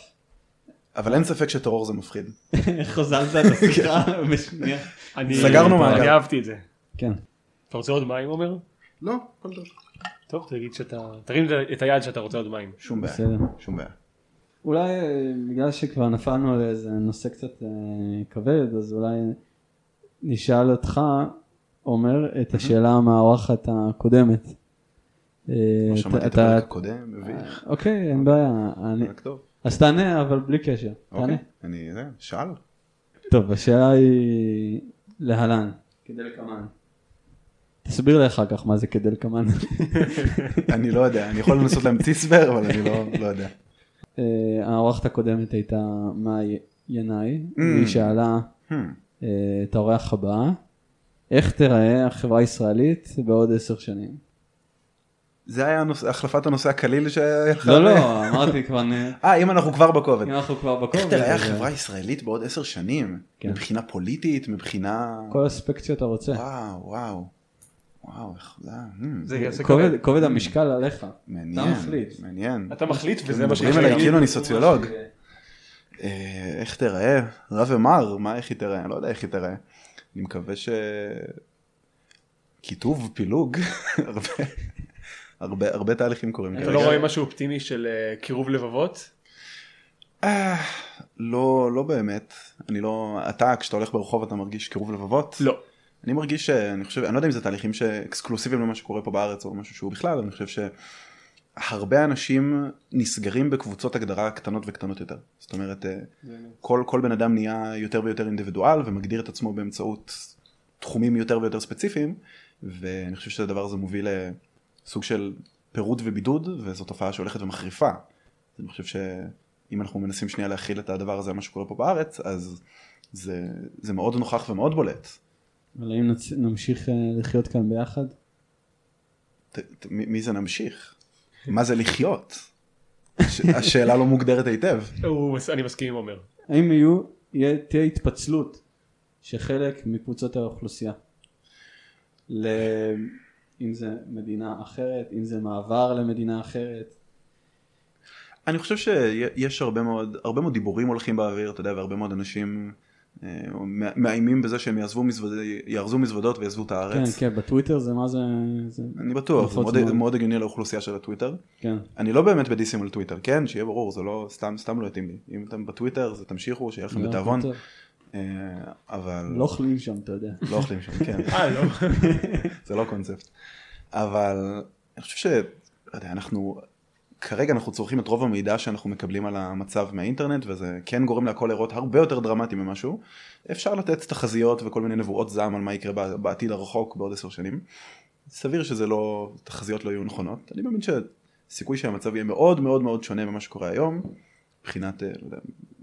C: אבל אין ספק שטרור זה מפחיד.
A: [laughs] חוזרת את השיחה בשנייה.
B: [laughs] אני-
C: סגרנו מעגל.
B: אני אהבתי את זה.
A: כן.
B: אתה רוצה עוד מים עומר?
C: לא, הכל טוב.
B: טוב, תגיד שאתה... תרים את היד שאתה רוצה עוד מים.
C: שום בעיה,
A: בסדר.
C: שום בעיה.
A: אולי אה, בגלל שכבר נפלנו על איזה נושא קצת אה, כבד, אז אולי נשאל אותך, עומר, את השאלה מהאורחת הקודמת. אה,
C: לא
A: אתה-
C: שמעתי את
A: אתה-
C: הפרק הקודם, מביך,
A: אוקיי, אין בעיה. אני-
C: רק טוב.
A: אז תענה, אבל בלי קשר. תענה.
C: אוקיי, אני, זה, שאל.
A: טוב, השאלה היא להלן. כדלקמן. תסביר לי אחר כך מה זה כדלקמן. [laughs]
C: אני לא יודע, אני יכול לנסות להמציא סבר, אבל אני לא- לא
A: [laughs]
C: יודע.
A: אה, האורחת הקודמת הייתה מאי ינאי,
C: Mm.
A: והיא שאלה
C: Hmm,
A: אה, את האורח הבא, איך תיראה החברה הישראלית בעוד עשר שנים?
C: זה היה הנושא- החלפת הנושא הקליל שהיה לך? [laughs]
A: לא, לא, אמרתי כבר, נ-
C: אה, אם אנחנו כבר בכובד.
A: אם אנחנו כבר בקובץ.
C: איך תראה
A: אז-
C: החברה הישראלית בעוד עשר שנים?
A: אה, כן.
C: מבחינה פוליטית, מבחינה...
A: כל אספקט שאתה רוצה.
C: וואו, וואו. וואו, איך זה... אה,
B: זה יעשה
A: כובד-
B: כבד.
A: כובד המשקל עליך.
C: מעניין.
A: אתה מחליט.
C: מעניין.
B: אתה מחליט וזה מה
C: מדברים
B: שיש
C: עליי,
B: להגיד.
C: כאילו אני סוציולוג. אה, איך תיראה? רב אמר, מה איך היא תיראה? אני לא יודע איך היא תיראה. אני מקווה ש... קיטוב, פילוג, [laughs] הרבה, הרבה, הרבה תהליכים קורים.
B: אתה
C: כרגע.
B: לא רואה משהו אופטימי של אה, קירוב לבבות?
C: אה, לא, לא באמת. אני לא... אתה, כשאתה הולך ברחוב אתה מרגיש קירוב לבבות?
B: לא.
C: אני מרגיש שאני חושב, אני לא יודע אם זה תהליכים שאקסקלוסיביים למה שקורה פה בארץ או משהו שהוא בכלל, אבל אני חושב שהרבה אנשים נסגרים בקבוצות הגדרה קטנות וקטנות יותר. זאת אומרת, אה, כל, כל בן אדם נהיה יותר ויותר אינדיבידואל ומגדיר את עצמו באמצעות תחומים יותר ויותר ספציפיים, ואני חושב שהדבר הזה מוביל לסוג של פירוד ובידוד, וזו תופעה שהולכת ומחריפה. אז אני חושב שאם אנחנו מנסים שנייה להכיל את הדבר הזה, מה שקורה פה בארץ, אז זה, זה מאוד נוכח ומאוד בולט.
A: אבל אם נצ- נמשיך אה, לחיות כאן ביחד?
C: ת, ת, מי מי זה נמשיך? מה זה לחיות? הש- השאלה לא מוגדרת היטב.
B: הוא- אני מסכים עם עומר.
A: האם יהיו, יהיה- תהיה התפצלות של חלק מקבוצות האוכלוסייה? ל... אם זה מדינה אחרת, אם זה מעבר למדינה אחרת.
C: אני חושב שיש הרבה מאוד, הרבה מאוד דיבורים הולכים באוויר, אתה יודע, והרבה מאוד אנשים אה, מא- מאיימים בזה שהם יעזבו מזוודות, יארזו מזוודות ויעזבו את
A: כן, נכון,
C: הארץ.
A: כן, בטוויטר זה מה זה... זה...
C: אני בטוח, זה
A: לוחות
C: מאוד,
A: זמנים.
C: מאוד הגיוני לאוכלוסייה של הטוויטר.
A: כן.
C: אני לא באמת בדיסים על טוויטר, כן? שיהיה ברור, זה לא, סתם, סתם לא יתאים לי. אם אתם בטוויטר, זה תמשיכו, שיהיה לכם
A: לא,
C: בתיאבון,
A: טוב.
C: אה, אבל...
A: לא אוכלים שם, אתה יודע.
C: לא אוכלים שם, כן.
B: אה,
C: [laughs]
B: לא.
C: זה לא קונספט. אבל אני חושב ש... לא יודע, אנחנו... כרגע אנחנו צורכים את רוב המידע שאנחנו מקבלים על המצב מהאינטרנט וזה כן גורם להכל להיראות הרבה יותר דרמטי ממשהו. אפשר לתת תחזיות וכל מיני נבואות זעם על מה יקרה בע- בעתיד הרחוק בעוד עשר שנים. סביר שזה לא, תחזיות לא יהיו נכונות. אני מאמין שהסיכוי שהמצב יהיה מאוד מאוד מאוד שונה ממה שקורה היום, מבחינת אה, לא יודע,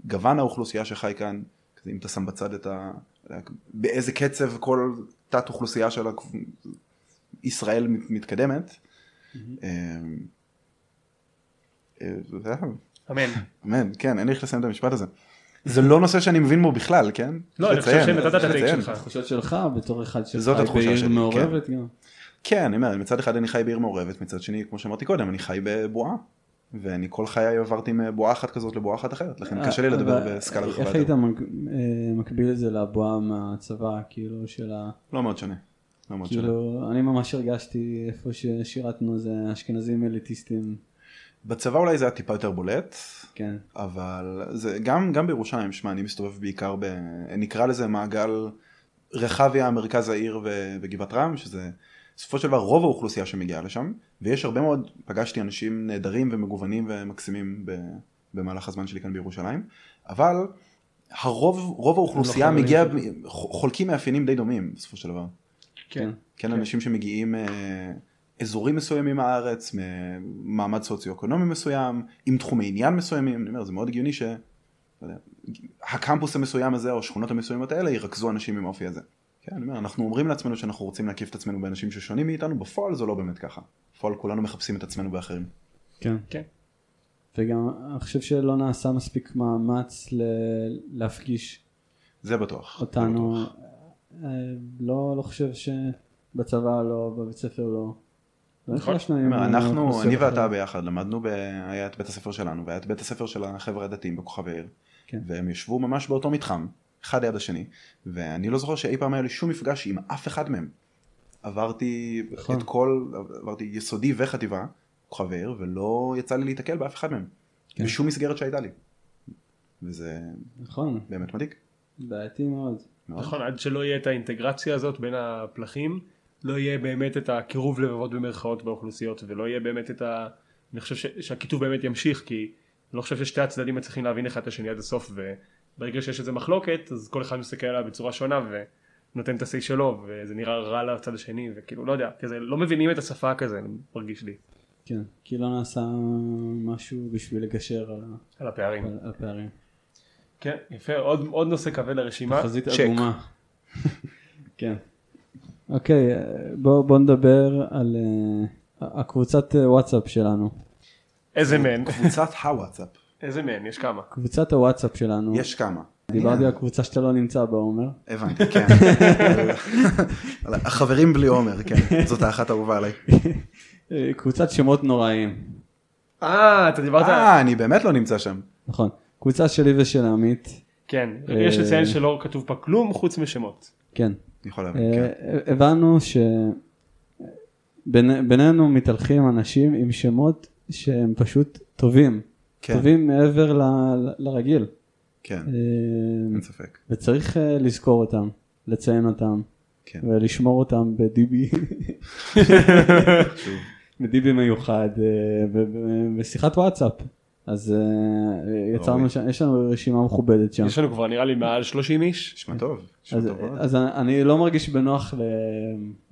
C: גוון האוכלוסייה שחי כאן, כזה אם אתה שם בצד את ה... לא יודע, באיזה קצב כל תת אוכלוסייה של הכ- ישראל מת- מתקדמת.
B: Mm-hmm.
C: אה, אה, זהו,
B: אמן.
C: אמן, כן, אין לי איך לסיים את המשפט הזה. זה לא נושא שאני מבין בו בכלל, כן?
B: לא, אני חושב
C: לציין,
B: שנתת את הטייק
C: לציין.
B: שלך.
A: התחושות שלך בתור אחד
C: זאת
A: שחי
C: התחושה
A: בעיר
C: שלי,
A: מעורבת גם.
C: כן, אני אומר, מצד אחד אני חי בעיר מעורבת, מצד שני, כמו שאמרתי קודם, אני חי בבועה. ואני כל חיי עברתי מבועה אחת כזאת לבועה אחת אחרת,
B: אה,
C: לכן כן, קשה לי לדבר
A: אה, אבל
C: בסקאלה רחבה
A: איך
C: יותר.
A: היית מג- אה, מקביל את זה לבועה מהצבא, כאילו, של ה...
C: לא מאוד שונה. לא מאוד שונה.
A: כאילו, אני ממש הרגשתי איפה ששירתנו זה אשכנזים אליטיסטים,
C: בצבא אולי זה היה טיפה יותר בולט,
A: כן.
C: אבל זה גם, גם בירושלים, שמע, אני מסתובב בעיקר ב... נקרא לזה מעגל רחביה, מרכז העיר ו- וגבעת רם, שזה בסופו של דבר רוב האוכלוסייה שמגיעה לשם, ויש הרבה מאוד, פגשתי אנשים נהדרים ומגוונים ומקסימים ב- במהלך הזמן שלי כאן בירושלים, אבל הרוב, רוב האוכלוסייה
B: הם לא
C: מגיעה,
B: חברים
C: מ- חולקים מאפיינים די דומים בסופו של דבר.
B: כן.
C: כן, אנשים שמגיעים מאזורים מסוימים מהארץ, ממעמד סוציו-אקונומי מסוים, עם תחומי עניין מסוימים, אני אומר, זה מאוד הגיוני ש... לא יודע, הקמפוס המסוים הזה או השכונות המסוימות האלה ירכזו אנשים עם האופי הזה. כן, אני אומר, אנחנו אומרים לעצמנו שאנחנו רוצים להקיף את עצמנו באנשים ששונים מאיתנו, בפועל זה לא באמת ככה. בפועל כולנו מחפשים את עצמנו באחרים.
A: כן.
B: כן.
A: וגם אני חושב שלא נעשה מספיק מאמץ ל- להפגיש
C: זה בטוח. זה
A: אותנו.
C: בטוח.
A: אה, לא, לא חושב שבצבא לא, בבית ספר לא. לא
B: נכון.
A: נפגשנו
C: אני
A: עם
C: אומר, אנחנו,
A: אוכלוסיות
C: אני ואתה
A: אחרות.
C: ביחד למדנו, ב... היה את בית הספר שלנו והיה את בית הספר של החבר'ה הדתיים בכוכב העיר.
A: כן.
C: והם ישבו ממש באותו מתחם, אחד ליד השני, ואני לא זוכר שאי פעם היה לי שום מפגש עם אף אחד מהם. עברתי
A: נכון.
C: את כל, עברתי יסודי וחטיבה, כוכב העיר, ולא יצא לי להיתקל באף אחד מהם.
A: כן.
C: בשום מסגרת שהייתה לי. וזה
A: נכון,
C: באמת מדאיג.
A: בעייתי מאוד.
C: מאוד.
B: נכון, עד שלא יהיה את האינטגרציה הזאת בין הפלחים, לא יהיה באמת את הקירוב לבבות במרכאות באוכלוסיות, ולא יהיה באמת את ה... אני חושב ש... שהקיטוב באמת ימשיך, כי אני לא חושב ששתי הצדדים מצליחים להבין אחד את השני עד הסוף, וברגע שיש איזה מחלוקת, אז כל אחד מסתכל עליה בצורה שונה, ונותן את ה-say שלו, וזה נראה רע לצד השני, וכאילו, לא יודע, כזה, לא מבינים את השפה כזה, אני מרגיש לי,
A: כן, כי לא נעשה משהו בשביל לגשר על ה-
B: על הפערים.
A: על- על הפערים.
B: כן, יפה, עוד, עוד נושא כבד לרשימה.
A: חזית
C: צ'ק.
A: עגומה. [laughs] כן. אוקיי, בואו בוא נדבר על אה, הקבוצת אה, וואטסאפ שלנו.
B: איזה מן,
C: קבוצת הוואטסאפ,
B: איזה מן, יש כמה.
A: קבוצת הוואטסאפ שלנו,
C: יש כמה.
A: דיברתי על קבוצה שאתה לא נמצא בה עומר.
C: הבנתי,
A: [laughs]
C: כן. [laughs] על החברים בלי עומר, כן, זאת האחת האהובה עליי.
A: אה, קבוצת שמות נוראיים,
B: אה, אתה דיברת...
C: אה, אני באמת לא נמצא שם.
A: נכון. קבוצה שלי ושל עמית,
B: כן,
A: אה,
B: יש לציין שלא כתוב פה כלום חוץ משמות.
A: כן.
C: אני יכול להבין, כן.
A: אה, הבנו שבינינו מתהלכים אנשים עם שמות שהם פשוט טובים,
C: כן,
A: טובים מעבר ל- ל- לרגיל.
C: כן,
A: אה,
C: אין ספק.
A: וצריך אה, לזכור אותם, לציין אותם,
C: כן.
A: אה. ולשמור אותם
C: [laughs]
A: בדיבי,
C: חשוב.
A: בדיבי מיוחד, אה, ב- ב- בשיחת וואטסאפ. אז אה, יצרנו,
C: ראוי.
A: שם, יש לנו רשימה מכובדת
C: כן.
A: שם.
B: יש לנו כבר נראה לי מעל 30 איש.
C: נשמע טוב, נשמע
A: אז,
C: טוב מאוד.
A: אז אני לא מרגיש בנוח ל-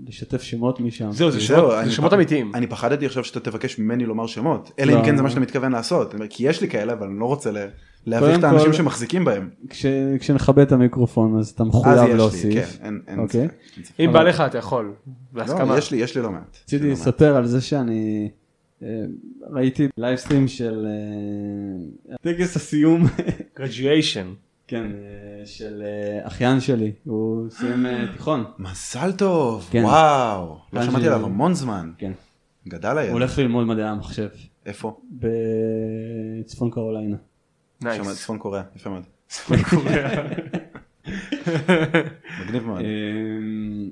A: לשתף שמות משם.
B: זהו, זה
C: אה, זהו,
B: שמות-
C: אני- לא-
B: זה שמות אמיתיים.
C: אני פחדתי עכשיו שאתה תבקש ממני לומר שמות, אלא
A: לא.
C: אם כן זה מה שאתה מתכוון לעשות, אני אומר, כי יש לי כאלה אבל אני לא רוצה ל- להביך
A: קודם
C: את האנשים
A: כל-
C: שמחזיקים בהם.
A: כש, כשנכבה את המיקרופון אז אתה
C: אז
A: מחויב
C: יש לי,
A: להוסיף.
C: כן, אין- אין
A: לא אוקיי.
C: ספק. אין ספק.
B: אם
A: אבל-
B: בא לך אתה יכול. בהסכמה.
C: לא, יש לי, יש לי לא מעט. יש
A: רציתי
C: לי לא מעט.
A: לספר על זה שאני אה, ראיתי לייבסטרים של אה, טקס הסיום [laughs]
B: גרדיאשן.
A: כן, אה, של אה, אחיין שלי, הוא סיים
C: [gasps]
A: אה, תיכון.
C: מזל טוב,
A: כן.
C: וואו, לא
A: כאן
C: שמעתי
A: ש-
C: עליו המון זמן,
A: כן.
C: גדל
A: הוא
C: הילד,
A: הולך ללמוד מדעי המחשב
C: איפה?
A: בצפון קרוליינה.
C: שם
B: נייס.
C: צפון קוריאה, יפה מאוד,
B: צפון קוריאה.
C: מגניב מאוד,
A: אה. אמ,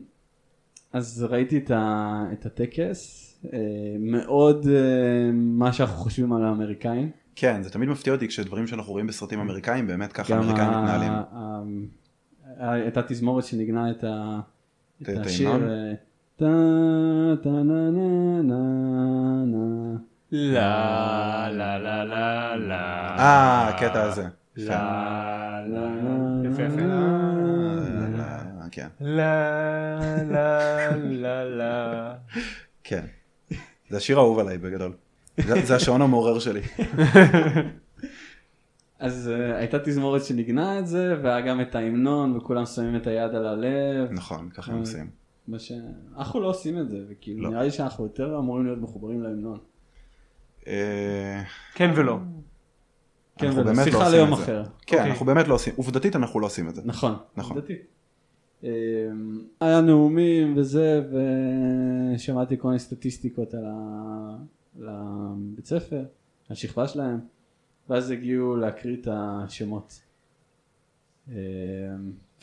A: אז ראיתי את ה- את הטקס, אה, מאוד אה, מה שאנחנו חושבים על האמריקאים.
C: כן זה תמיד מפתיע אותי כשדברים שאנחנו רואים בסרטים אמריקאים באמת ככה
A: אה. גם
C: אמריקאים
A: ה-
C: מתנהלים,
A: ה- ה- הייתה תזמורת שניגנה את ה- את
C: את ההמנון?
A: השיר. אה, טה טה נה נה נה נה אה,
B: לה לה לה לה לה.
C: אה הקטע הזה,
A: לא.
B: לה לה
A: לה,
B: יפה יפה.
A: לה,
C: אה, אה, כן,
B: [laughs] לה לה לה לה.
C: כן, זה השיר האהוב עליי בגדול, זה- זה השעון המעורר שלי,
A: אז אה, הייתה תזמורת שניגנה את זה, והיה גם את ההמנון, וכולם שמים את היד על הלב.
C: נכון ככה הם עושים,
A: מה ש... אנחנו לא עושים את זה, וכאילו
C: לא.
A: נראה לי שאנחנו יותר אמורים להיות מחוברים להמנון.
C: אה,
B: כן ולא.
A: כן,
C: אנחנו
A: אבל
C: באמת לא
A: שיחה
C: עושים
A: ליום
C: את זה.
A: אחר.
C: כן
B: אוקיי.
C: אנחנו באמת לא עושים, עובדתית אנחנו לא עושים את זה,
A: נכון.
C: נכון.
A: עובדתית. אמ, היה נאומים וזה, ושמעתי כל מיני סטטיסטיקות על ה- על הבית ספר, על השכבה שלהם, ואז הגיעו להקריא את השמות. אמ,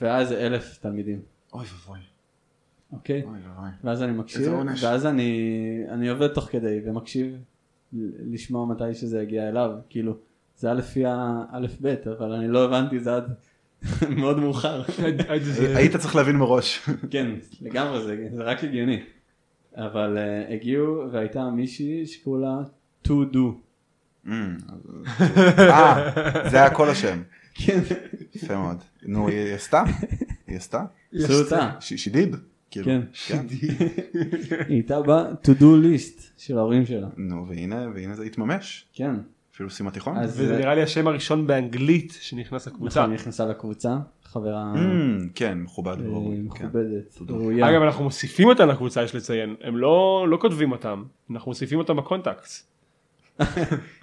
A: והיה איזה אלף תלמידים,
C: אוי ואבוי,
A: אוקיי?
C: אוי ואבוי,
A: ואז אני מקשיב,
C: איזה עונש.
A: ואז אני, אני עובד תוך כדי ומקשיב ל- לשמוע מתי שזה יגיע אליו, כאילו, זה היה לפי האלף בית, אבל אני לא הבנתי את זה עד [laughs] מאוד
C: [laughs]
A: מאוחר.
B: אה,
C: היית צריך להבין מראש,
A: כן, לגמרי, זה, זה רק הגיוני. אבל uh, הגיעו והייתה מישהי שקראו לה to do.
C: אמ, אה, זה היה כל השם.
A: כן,
C: יפה מאוד. נו, היא עשתה? היא עשתה?
A: עשו אותה.
C: שידיד? כאילו.
A: כן.
C: כן.
A: היא הייתה ב-to do list של ההורים שלה.
C: נו, והנה, והנה זה התממש.
A: כן,
C: אפילו סיימה תיכון.
A: אז
B: וזה נראה לי השם הראשון באנגלית שנכנס לקבוצה.
A: נכון, היא נכנסה לקבוצה, חברה
C: אמ, כן, מכובד
A: אה,
C: וראוי. כן.
A: מכובדת,
C: To do.
A: ראויה.
B: אגב אנחנו מוסיפים אותם לקבוצה יש לציין הם לא לא כותבים אותם אנחנו מוסיפים אותם בקונטקט.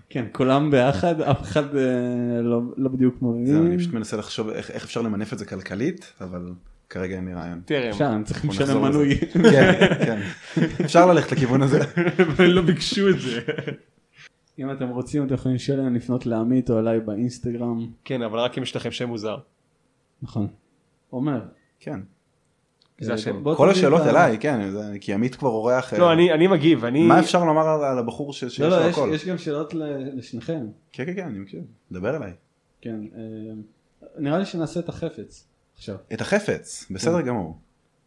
A: כן, כולם ביחד, אף אחד אה, לא, לא בדיוק
C: זהו,
A: מבין.
C: אני פשוט מנסה לחשוב איך איך אפשר למנף את זה כלכלית, אבל כרגע אין לי רעיון.
B: טרם. [laughs]
A: אפשר, הם צריכים
C: אנחנו
A: לשלם
C: נחזור
A: מנוי.
C: כן, כן. אפשר ללכת לכיוון הזה.
B: ולא לא ביקשו את זה.
A: אם אתם רוצים, אתם יכולים לשלם, לפנות לעמית או אליי באינסטגרם.
B: כן אבל רק אם יש לכם שם מוזר.
A: נכון. עומר.
C: כן.
B: זה
A: אה,
B: השם.
A: בוא
C: כל
A: תגיד
C: השאלות
A: את ה-
C: אליי, כן, זה- כי עמית כבר אורח. אה,
B: לא אני אני מגיב אני
C: מה אפשר לומר על- על הבחור ש- שיש
A: לא, לא,
C: לו
A: יש-
C: הכל?
A: יש גם שאלות ל- לשניכם.
C: כן, כן, כן, אני מקשיב. דבר אליי.
A: כן. אה, נראה לי שנעשה את החפץ. עכשיו.
C: את החפץ, בסדר גמור.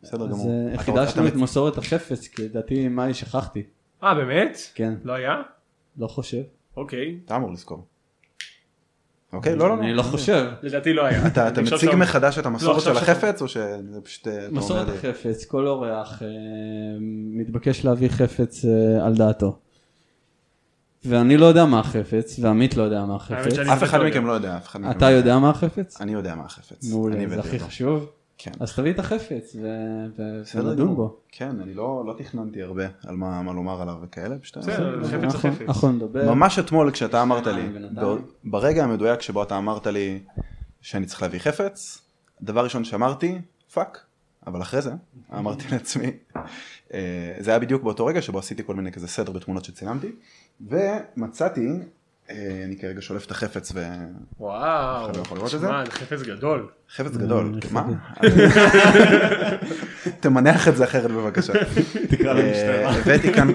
C: בסדר
A: כן. אז
C: גמור.
A: אה,
C: אתה רוצה-
A: חידשנו את
C: אתה-
A: מסורת החפץ, כי לדעתי מאי שכחתי.
B: אה באמת?
A: כן,
B: לא היה?
A: לא חושב.
B: אוקיי.
C: אתה אמור לזכור. אוקיי, לא, לא,
A: אני
C: לא.
A: לא חושב.
B: לדעתי לא היה.
C: אתה
B: אני
C: אתה
B: חושב
C: מציג
B: שה-
C: מחדש את
B: לא,
C: המסורת
B: עכשיו
C: של
B: שאתה-
C: החפץ, או שזה פשוט... אה, אתה אומר
A: מסורת
C: לי-
A: החפץ, כל אורח אה, מתבקש להביא חפץ אה, על דעתו. ואני לא יודע מה החפץ, ועמית לא יודע מה החפץ.
B: שאני-
C: אף אחד
B: אני
C: מכם לא יודע, אף אחד מכם
A: אתה
C: לא
A: יודע מה החפץ?
C: אני יודע מה החפץ.
A: מעולה,
C: אני
A: זה
C: הבאתי
A: הכי
C: אותו.
A: חשוב.
C: כן.
A: אז תביא את החפץ ו- ו-
C: בסדר
A: ונדון
C: גמור.
A: בו.
C: כן, אני לא, לא תכננתי הרבה על מה, מה לומר עליו וכאלה, פשוט... היה-
B: בסדר. חפץ זה
A: אנחנו-
B: חפץ.
A: אנחנו נדבר.
C: ממש אתמול כשאתה אמרת לי,
A: שניים, אה, בן אדם.
C: בעוד- ברגע המדויק שבו אתה אמרת לי שאני צריך להביא חפץ, דבר ראשון שאמרתי, פאק, אבל אחרי זה
A: [laughs]
C: אמרתי לעצמי, אה, זה היה בדיוק באותו רגע שבו עשיתי כל מיני כזה סדר בתמונות שצילמתי, ומצאתי, אה, אני כרגע שולף את החפץ ו... אף אחד לא
B: וואו,
C: יכול לראות את
B: תשמע, זה חפץ גדול.
C: חפץ גדול,
A: אה,
C: מה? [laughs] תמנח את זה אחרת
A: [laughs]
C: בבקשה.
B: תקרא
C: אה, הבאתי כאן-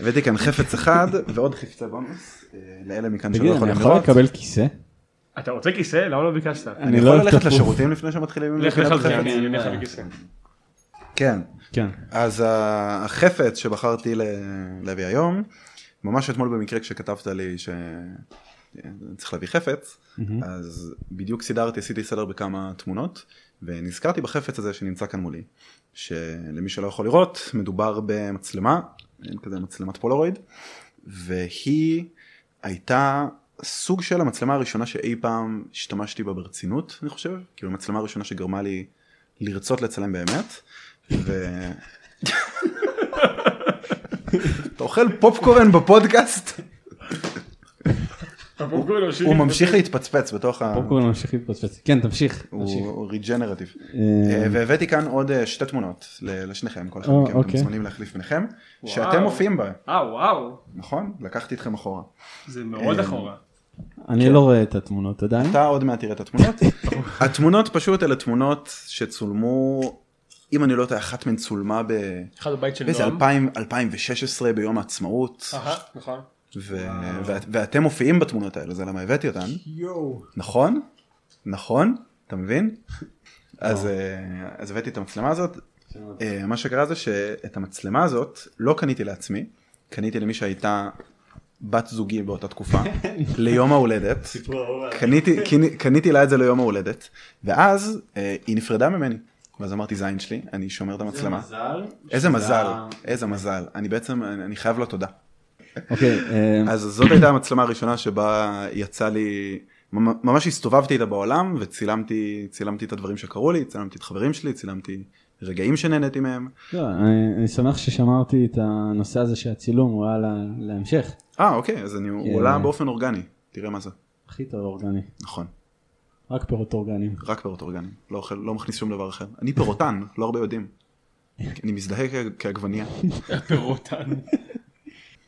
C: הבאתי כאן חפץ אחד ועוד חפצי בונוס, אה, לאלה מכאן שלא
A: תגיד, אני
C: יכולים
A: יכול
C: לראות.
A: לקבל כיסא?
B: אתה רוצה כיסא? למה לא ביקשת?
A: אני
C: אני
A: לא
C: יכול
A: אוהב
C: ללכת
A: תפוף.
C: לשירותים לפני שמתחילים עם
B: לך לך
C: לקיחת
B: על זה,
C: אה, לא חפץ?
B: אני אניח לך בכיסא.
C: כן,
A: כן.
C: אז ה- החפץ שבחרתי ל- להביא היום, ממש אתמול במקרה כשכתבת לי שצריך להביא חפץ,
A: מהמם.
C: אז בדיוק סידרתי, עשיתי סדר בכמה תמונות, ונזכרתי בחפץ הזה שנמצא כאן מולי, שלמי שלא יכול לראות, מדובר במצלמה, אין כזה מצלמת פולרויד, והיא הייתה סוג של המצלמה הראשונה שאי פעם השתמשתי בה ברצינות, אני חושב, כאילו המצלמה הראשונה שגרמה לי לרצות לצלם באמת, ו... אתה אוכל פופקורן [laughs] בפודקאסט?
B: הפופקורן לא שלי.
C: הוא ממשיך להתפצפץ בתוך ה...
A: פופקורן ממשיך להתפוצץ. כן, תמשיך. תמשיך.
C: הוא ריג'נרטיב.
A: אה,
C: והבאתי כאן עוד אה, שתי תמונות ל- לשניכם, כל אחד
A: אה,
C: מכם אתם
A: אוקיי.
C: מוזמנים להחליף ביניכם,
B: וואו.
C: שאתם מופיעים בה,
B: אה, וואו,
C: נכון? לקחתי אתכם אחורה.
B: זה מאוד
C: אה,
B: אחורה.
A: אני לא רואה את התמונות עדיין.
C: כן. אתה עוד מעט תראה את התמונות. [laughs] התמונות פשוט אלה תמונות שצולמו, אם אני לא טועה, אחת מהן צולמה ב...
B: אחד בבית של
C: באיזה
B: נועם.
C: 2000, 2016 ביום העצמאות,
B: אהה, נכון.
C: ו- ואת- ואתם מופיעים בתמונות האלה, זה למה הבאתי אותן.
B: יואו.
C: נכון? נכון? אתה מבין? אז, אה, אז הבאתי את המצלמה הזאת. אה, מה שקרה זה שאת המצלמה הזאת לא קניתי לעצמי, קניתי למי שהייתה בת זוגי באותה תקופה, ליום ההולדת. קניתי, קני- קניתי לה את זה ליום ההולדת, ואז אה, היא נפרדה ממני. ואז אמרתי זין שלי, אני שומר את המצלמה. איזה מזל, איזה מזל. אני בעצם, אני אני חייב לו תודה.
A: אוקיי, אה,
C: אז זאת הייתה המצלמה הראשונה שבה יצא לי, ממ- ממש הסתובבתי איתה בעולם וצילמתי צילמתי את הדברים שקרו לי, צילמתי את חברים שלי, צילמתי רגעים שנהניתי מהם.
A: לא, אני- אני שמח ששמרתי את הנושא הזה של הצילום, הוא היה לה- להמשך.
C: אה אוקיי, אז אני, הוא
A: כן.
C: עולה באופן אורגני, תראה מה זה.
A: הכי טוב אורגני.
C: נכון,
A: רק פירות אורגניים.
C: רק פירות אורגניים, לא, אוכל, לא מכניס שום דבר אחר. אני פירותן, לא הרבה
A: [laughs]
C: יודעים. אני מזדהה כ- כעגבנייה.
A: לא
B: פירותן.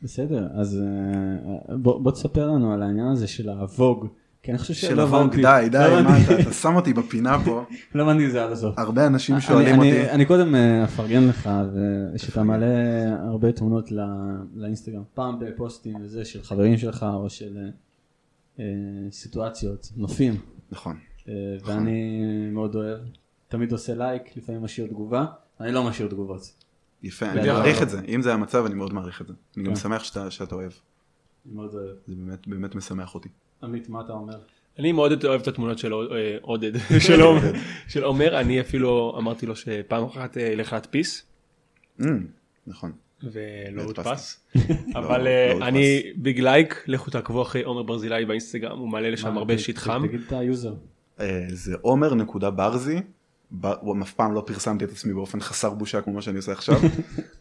A: בסדר, אז אה, בוא בוא תספר לנו על העניין הזה של הווג. כי אני חושב שלא
C: של הוונג,
A: הבנתי.
C: די, די,
A: לא
C: מה
A: הבנתי-
C: אתה, אתה שם אותי בפינה פה,
A: [laughs] לא הבנתי את זה עד הסוף.
C: הרבה אנשים
A: אני-
C: שואלים
A: אני-
C: אותי.
A: אני קודם אה, אפרגן לך, ו- שאתה מעלה הרבה תמונות ל- לאינסטגרם, פעם בפוסטים וזה של חברים שלך או של אה, אה, סיטואציות, נופים,
C: נכון,
A: אה, ואני מאוד אוהב, תמיד עושה לייק, לפעמים משאיר תגובה, אני לא משאיר תגובות.
C: יפה, אני
A: בדיוק.
C: מעריך את זה, אם זה המצב אני מאוד מעריך את זה. אני גם
A: כן.
C: שמח שאתה שאתה אוהב,
A: אני מאוד אוהב.
C: זה באמת- באמת משמח אותי.
A: עמית, מה אתה אומר?
B: אני מאוד אוהב את התמונות של אה, עודד, [laughs] של עומר. של עומר, אני אפילו אמרתי לו שפעם אחת אה, ילך להדפיס,
C: Mm, נכון.
B: ולא
C: לא
B: הודפס.
C: הדפסתי.
B: אבל
C: לא,
B: אה,
C: לא הודפס.
B: אני ביג לייק, לכו תעקבו אחרי עומר ברזילי באינסטגרם, הוא מעלה לשם
A: מה,
B: הרבה
A: ת-
B: שיט
A: ת-
B: חם.
A: תגיד את היוזר.
C: אה, זה עומר נקודה ברזי. ב- וואו, אף פעם לא פרסמתי את עצמי באופן חסר בושה כמו מה שאני
B: [laughs]
C: עושה עכשיו.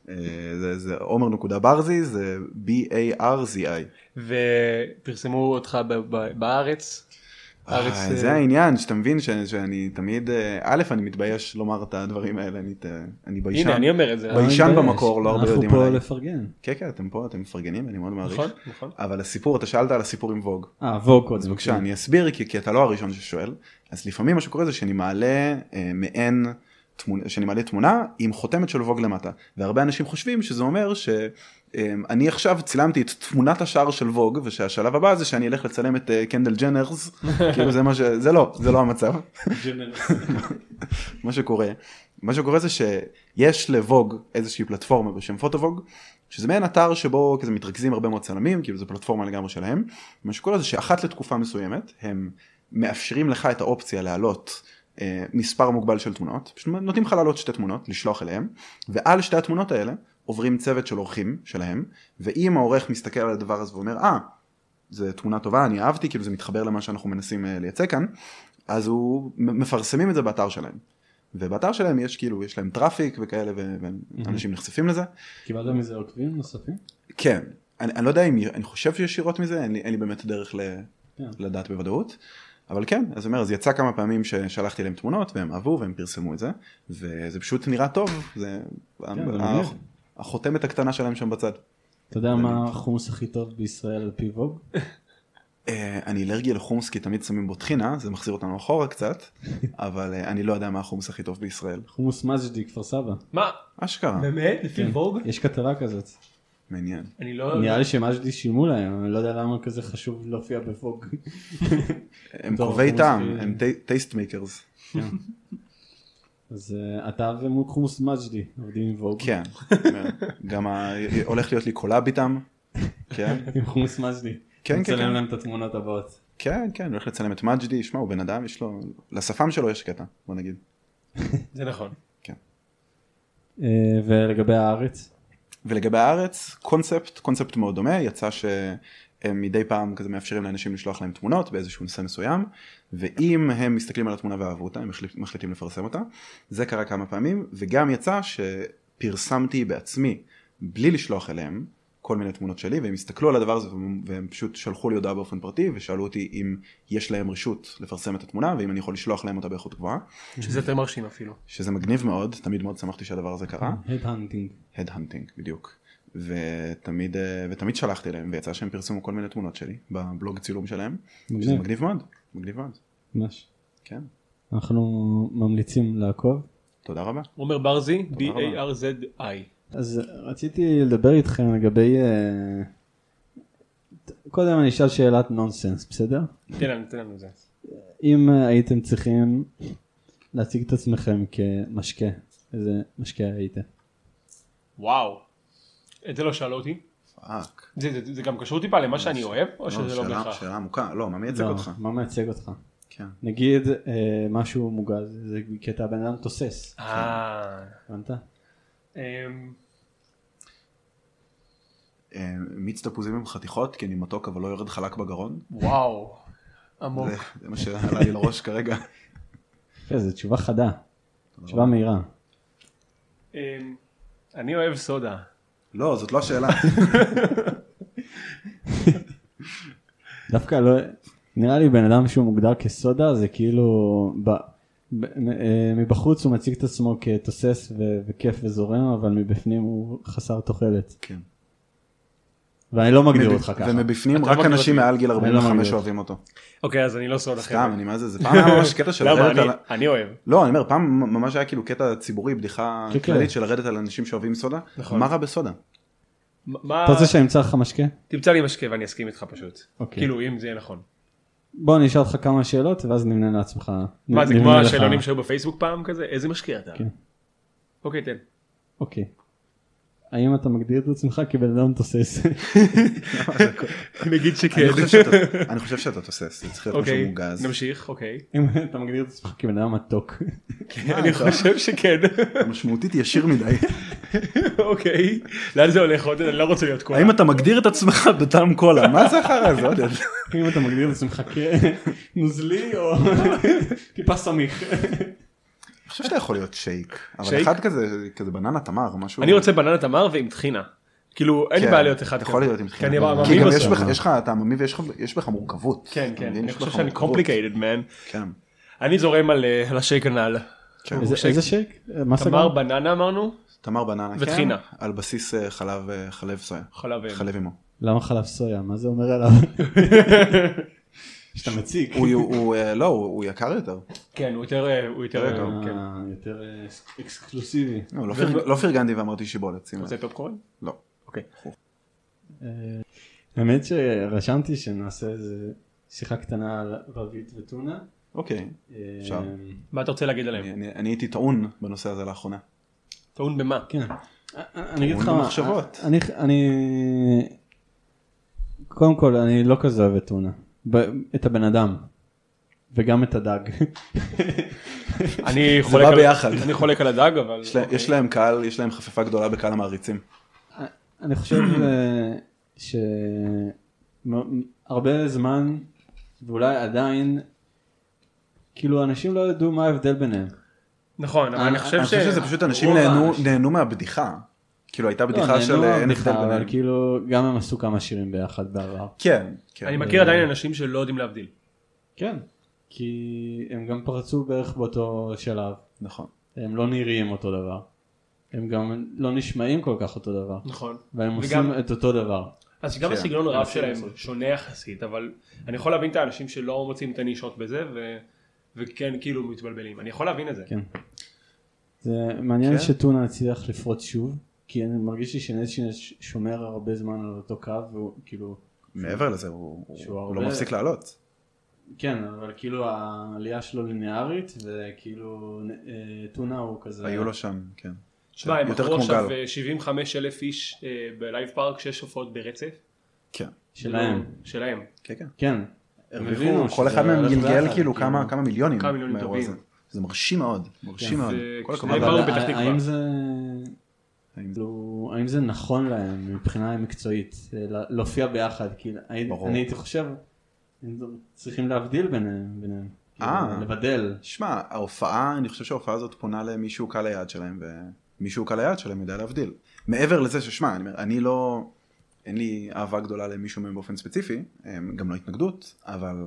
C: אה, זה- זה עומר נקודה ברזי זה B-A-R-Z-I.
B: ופרסמו אותך ב- ב- בארץ. הארץ,
C: אה,
B: אה,
C: זה העניין שאתה מבין ש- שאני תמיד אה, א' אני מתבייש לומר את הדברים האלה אני ת- אני
B: הנה,
C: ביישן.
B: אני אומר את זה.
C: ביישן
A: אני מתבייש.
C: במקור, לא הרבה יודעים
A: אה, אנחנו פה
C: עליי.
A: לפרגן.
C: כן כן אתם פה אתם מפרגנים אני מאוד מעריך.
B: נכון,
C: [laughs]
B: נכון.
C: אבל הסיפור אתה שאלת על הסיפור עם ווג.
A: אה, ווג קודם.
C: אז בבקשה אני אסביר כי, כי אתה לא הראשון ששואל אז לפעמים מה שקורה זה שאני מעלה אה, מעין תמונה שאני מעלה תמונה עם חותמת של ווג למטה והרבה אנשים חושבים שזה אומר שאני עכשיו צילמתי את תמונת השער של ווג ושהשלב הבא זה שאני אלך לצלם את אה, קנדל ג'נרס כאילו זה מה ש... זה לא זה לא המצב מה שקורה מה שקורה זה שיש לווג איזושהי פלטפורמה בשם פוטווג שזה מעין אתר שבו כזה מתרכזים הרבה מאוד צלמים כאילו זו פלטפורמה לגמרי שלהם מה שקורה זה שאחת לתקופה מסוימת הם מאפשרים לך את האופציה להעלות אה, מספר מוגבל של תמונות פשוט נותנים לך להעלות שתי תמונות לשלוח אליהם ועל שתי התמונות האלה עוברים צוות של עורכים שלהם ואם העורך מסתכל על הדבר הזה ואומר אה זו תמונה טובה אני אהבתי כאילו זה מתחבר למה שאנחנו מנסים אה, לייצא כאן אז הוא מפרסמים את זה באתר שלהם. ובאתר שלהם יש כאילו, יש להם טראפיק וכאלה, ו- ואנשים נחשפים לזה.
A: קיבלת מזה עוקבים נוספים?
C: כן, אני, אני לא יודע אם, אני חושב שישירות מזה, אין לי, אין לי באמת דרך ל,
A: כן.
C: לדעת בוודאות, אבל כן, אז אומר, אז יצא כמה פעמים ששלחתי להם תמונות והם אהבו והם פרסמו את זה, וזה פשוט נראה טוב, זה
A: כן, זה
C: ה-
A: מגניב.
C: החותמת הקטנה שלהם שם בצד.
A: אתה יודע מה החומוס הכי טוב בישראל על פי ווג?
C: אה, אני אלרגי לחומוס כי תמיד שמים בו טחינה, זה מחזיר אותנו אחורה
A: [laughs]
C: קצת, אבל אה, אני לא יודע מה החומוס הכי טוב בישראל.
A: חומוס מג'די כפר סבא.
B: מה?
C: אה.
B: כן.
C: אשכרה,
B: באמת? לפי ווג?
A: יש כתבה כזאת.
C: מעניין.
B: אני לא...
A: נראה לי שמג'די שילמו להם, אני לא יודע למה כזה חשוב להופיע בווג.
C: [laughs] הם
A: טוב,
C: קובעי
A: החומוס
C: טעם,
A: הכי-
C: הם טייסט מייקרס.
A: אז אה, אתה וחומוס מג'די עובדים עם ווג.
C: כן, גם ה- הולך להיות לי קולאב איתם. כן,
A: עם חומוס מג'די.
C: כן, כן,
A: נצלם
C: כן.
A: להם את התמונות הבאות.
C: כן, כן, הולך לצלם את מג'די, שמע, הוא בן אדם, יש לו, לשפם שלו יש קטע, בוא נגיד.
B: זה נכון.
A: אה, ולגבי הארץ?
C: ולגבי הארץ, קונספט, קונספט מאוד דומה, יצא שהם מדי פעם כזה מאפשרים לאנשים לשלוח להם תמונות באיזשהו נושא מסוים, ואם הם מסתכלים על התמונה ואהבו אותה, הם מחליט- מחליטים לפרסם אותה. זה קרה כמה פעמים, וגם יצא שפרסמתי בעצמי, בלי לשלוח אליהם, כל מיני תמונות שלי, והם הסתכלו על הדבר הזה, והם- והם פשוט שלחו לי הודעה באופן פרטי, ושאלו אותי אם יש להם רשות לפרסם את התמונה, ואם אני יכול לשלוח להם אותה באיכות גבוהה,
B: שזה יותר מרשים אפילו.
C: שזה מגניב מאוד, תמיד מאוד שמחתי שהדבר הזה קרה.
A: הדהנטינג.
C: הדהנטינג בדיוק. ותמיד, אה, ותמיד שלחתי להם ויצא שהם פרסמו כל מיני תמונות שלי בבלוג צילום שלהם. שזה
A: מגניב.
C: מגניב מאוד, מגניב מאוד,
A: ממש.
C: כן,
A: אנחנו ממליצים לעקוב.
C: תודה רבה.
B: עומר ברזי,
C: רבה.
B: B-A-R-Z-I.
A: אז רציתי לדבר איתכם לגבי... אה, קודם אני אשאל שאלת נונסנס, בסדר?
B: תן לנו, תן לנו את זה.
A: אם אה, הייתם צריכים להציג את עצמכם כמשקה, איזה משקה הייתם?
B: וואו. את זה לא שאלו אותי.
C: פאק.
B: זה- זה זה גם קשור טיפה למה שאני אוהב, או שזה לא
C: שאלה-
B: בהכרח?
C: שאלה עמוקה, לא, מה מייצג
A: לא,
C: אותך?
A: מה מייצג אותך?
C: כן.
A: נגיד אה, משהו מוגז, זה כי אתה בן אדם תוסס,
B: אה...
A: הבנת?
B: אמ,
C: אה, מיץ תפוזים עם חתיכות, כי אני מתוק אבל לא יורד חלק בגרון.
B: וואו. עמוק.
C: זה- זה מה שעלה לי
A: [laughs]
C: לראש כרגע.
A: כן, זו תשובה חדה, תשובה
C: רבה.
A: מהירה.
B: אמ, אני אוהב סודה.
C: לא, זאת
A: [laughs]
C: לא השאלה.
A: דווקא לא, נראה לי בן אדם שהוא מוגדר כסודה זה כאילו ב, ב, מ- אה, מבחוץ הוא מציג את עצמו כתוסס ו, וכיף וזורם אבל מבפנים הוא חסר תוחלת
C: כן.
A: ואני לא מגדיר אותך ככה.
C: ומבפנים
B: אתה
C: רק
B: לא מגדיר
C: אנשים
B: אותי.
C: מעל גיל
A: לא מגדיר
C: 45
A: אותך.
C: אוהבים אותו.
B: אוקיי, אז אני לא סודה
C: סתם,
B: חבר'ה.
C: אני מה זה, זה פעם היה ממש קטע של
B: למה?
C: לרדת על ה-
B: אני- אני אוהב.
C: לא, אני אומר, פעם ממש היה כאילו קטע ציבורי, בדיחה
A: כן, כן.
C: כללית של לרדת על אנשים שאוהבים סודה.
B: נכון.
C: מה רע בסודה?
B: מה...
A: אתה רוצה שאני אמצא לך משקה?
B: תמצא לי משקה ואני אסכים איתך פשוט.
A: אוקיי.
B: כאילו, אם זה יהיה נכון.
A: בוא אני אשאל אותך כמה שאלות ואז נמנה לעצמך.
B: מה זה
A: נמנה
B: כמו
A: לך-
B: השאלונים שהיו בפייסבוק פעם כזה? איזה משקיע אתה?
A: כן.
B: אוקיי תן. [laughs]
A: אוקיי. האם אתה מגדיר את עצמך כבן אדם תוסס? [laughs]
B: נגיד
C: אני
B: שכן.
C: חושב שאתה- אני חושב שאתה תוסס, זה צריך להיות משהו
B: אוקיי,
C: מוגז.
B: נמשיך,
C: [laughs]
B: אוקיי.
A: אם אתה מגדיר את עצמך כבן אדם מתוק.
B: אני חושב שכן. [laughs]
C: משמעותית ישיר מדי.
B: אוקיי. לאן זה הולך עוד? אני לא רוצה להיות קולה.
C: האם אתה מגדיר את עצמך [laughs] בטעם קולה? מה זה אחר
B: [laughs]
C: הזה? עודד?
A: [laughs] אם אתה מגדיר את עצמך כנוזלי [laughs] או טיפה סמיך.
C: אני חושב שאתה יכול להיות שייק. אבל
B: שייק?
C: אחד כזה, כזה בננה תמר, משהו.
B: אני רוצה בננה תמר ועם טחינה. כאילו, אין לי
C: כן,
B: בעיה להיות אחד
C: אתה
B: כזה.
C: יכול להיות עם
B: כי אני
C: טחינה.
B: מאמין
C: כי גם
B: בסוף.
C: יש בך- יש לך, אתה עממי ויש לך- יש בך מורכבות.
B: כן,
C: אתה
B: כן.
C: מבין?
B: אני
C: יש
B: חושב
C: בך
B: שאני
C: מורכבות.
B: complicated man.
C: כן.
B: אני זורם על אה, על השייק הנ"ל.
C: כן.
A: איזה שייק? מה סגר?
B: תמר בננה אמרנו?
C: תמר בננה. כן,
B: וטחינה.
C: על בסיס אה, חלב אה, חלב סויה.
B: חלב אם.
C: חלב אימו.
A: למה חלב סויה? מה זה אומר עליו? שאתה מציק.
C: הוא- הוא הוא, אה, לא, הוא הוא יקר יותר.
B: כן, הוא יותר... אה, הוא יותר...
C: יותר
B: אה,
A: אה,
B: כן.
A: יותר אה, אקסקלוסיבי.
C: לא, לא פרג- לא פרגנתי ואמרתי שיבולת, שים לב.
B: זה פופקורן?
C: לא.
B: אוקיי.
A: האמת שרשמתי שנעשה איזה שיחה קטנה על רבית וטונה.
C: אוקיי.
A: אה,
C: אפשר.
B: מה אתה רוצה להגיד
C: אני-
B: עליהם?
C: אני אני הייתי טעון בנושא הזה לאחרונה.
B: טעון במה?
A: כן. אני אגיד לך
C: טעון
A: מה, אה,
C: במחשבות.
A: אני, אני, קודם כל אני לא כזה אוהב את טונה, ב- את הבן אדם, וגם את הדג.
B: אני
C: [laughs] זה
B: חולק
C: בא
B: על-
C: ביחד.
B: אני חולק על הדג, אבל...
C: יש להם-
A: אוקיי.
C: יש להם קהל, יש להם חפיפה גדולה בקהל המעריצים.
A: אני חושב אה, שהרבה זמן, ואולי עדיין, כאילו אנשים לא ידעו מה ההבדל ביניהם.
B: נכון, אבל
A: אני-
B: אני חושב
C: אני
B: ש...
C: חושב שזה פשוט אנשים
A: רוב
C: נהנו-
A: האנשים-
C: נהנו מהבדיחה. כאילו הייתה בדיחה
A: לא,
C: של
A: נהנו
C: אה, אין
A: מהבדיחה,
C: הבדל
A: אבל
C: ביניהם.
A: כאילו, גם הם עשו כמה שירים ביחד בעבר.
C: כן, כן.
B: אני מכיר עדיין אנשים שלא יודעים להבדיל.
A: כן, כי הם גם פרצו בערך באותו שלב.
C: נכון.
A: הם לא נראים אותו דבר. הם גם לא נשמעים כל כך אותו דבר.
B: נכון.
A: והם
B: וגם-
A: עושים את אותו דבר.
B: אז גם
C: כן,
B: הסגנון הרב
C: מנסים
B: שלהם
C: לעשות.
B: שונה יחסית, אבל אני יכול להבין את האנשים שלא מוצאים את הנישות בזה, ו- וכן כאילו מתבלבלים. אני יכול להבין את זה.
A: כן. זה מעניין
C: כן.
A: שטונה הצליח לפרוץ שוב, כי אני מרגיש לי שנז שומר הרבה זמן על אותו קו, והוא כאילו,
C: מעבר לזה הוא- הוא
A: שהוא
C: הוא
A: הרבה-
C: לא מפסיק לעלות.
A: כן, אבל כאילו העלייה שלו ליניארית, וכאילו אה, טונה הוא כזה...
C: היו לו שם, כן.
B: שמע, הם
C: יותר
B: מכרו
C: כמו
B: עכשיו
C: גל.
B: אה, 75 אלף איש אה, בלייב פארק, שש הופעות ברצף.
C: כן.
A: שלהם.
B: לא, שלהם.
C: כן, כן.
A: כן. הם הבינו
C: כל
A: שזה
C: אחד מהם
A: הולך
C: גלגל
A: ביחד,
C: כאילו כמה כמה מיליונים.
B: כמה מיליונים
C: מהאירוע
B: טובים.
C: הזה. זה מרשים מאוד,
A: כן,
C: מרשים מאוד.
B: זה-
C: כל הכבוד.
B: כשהם באו
A: אבל
B: בפתח
A: ה-
B: תקווה.
A: האם זה...
C: האם זה-
A: כאילו, האם זה נכון להם מבחינה מקצועית אה, לה- להופיע ביחד? כי אני
C: ברור.
A: אני הייתי חושב, הם צריכים להבדיל ביניהם, ביניהם.
C: אה.
A: כאילו, לבדל.
C: שמע, ההופעה, אני חושב שההופעה הזאת פונה למישהו קל היעד שלהם, ומישהו קל היעד שלהם יודע להבדיל. מעבר לזה ששמע, אני, אומר, אני לא, אין לי אהבה גדולה למישהו מהם באופן ספציפי, הם גם לא התנגדות, אבל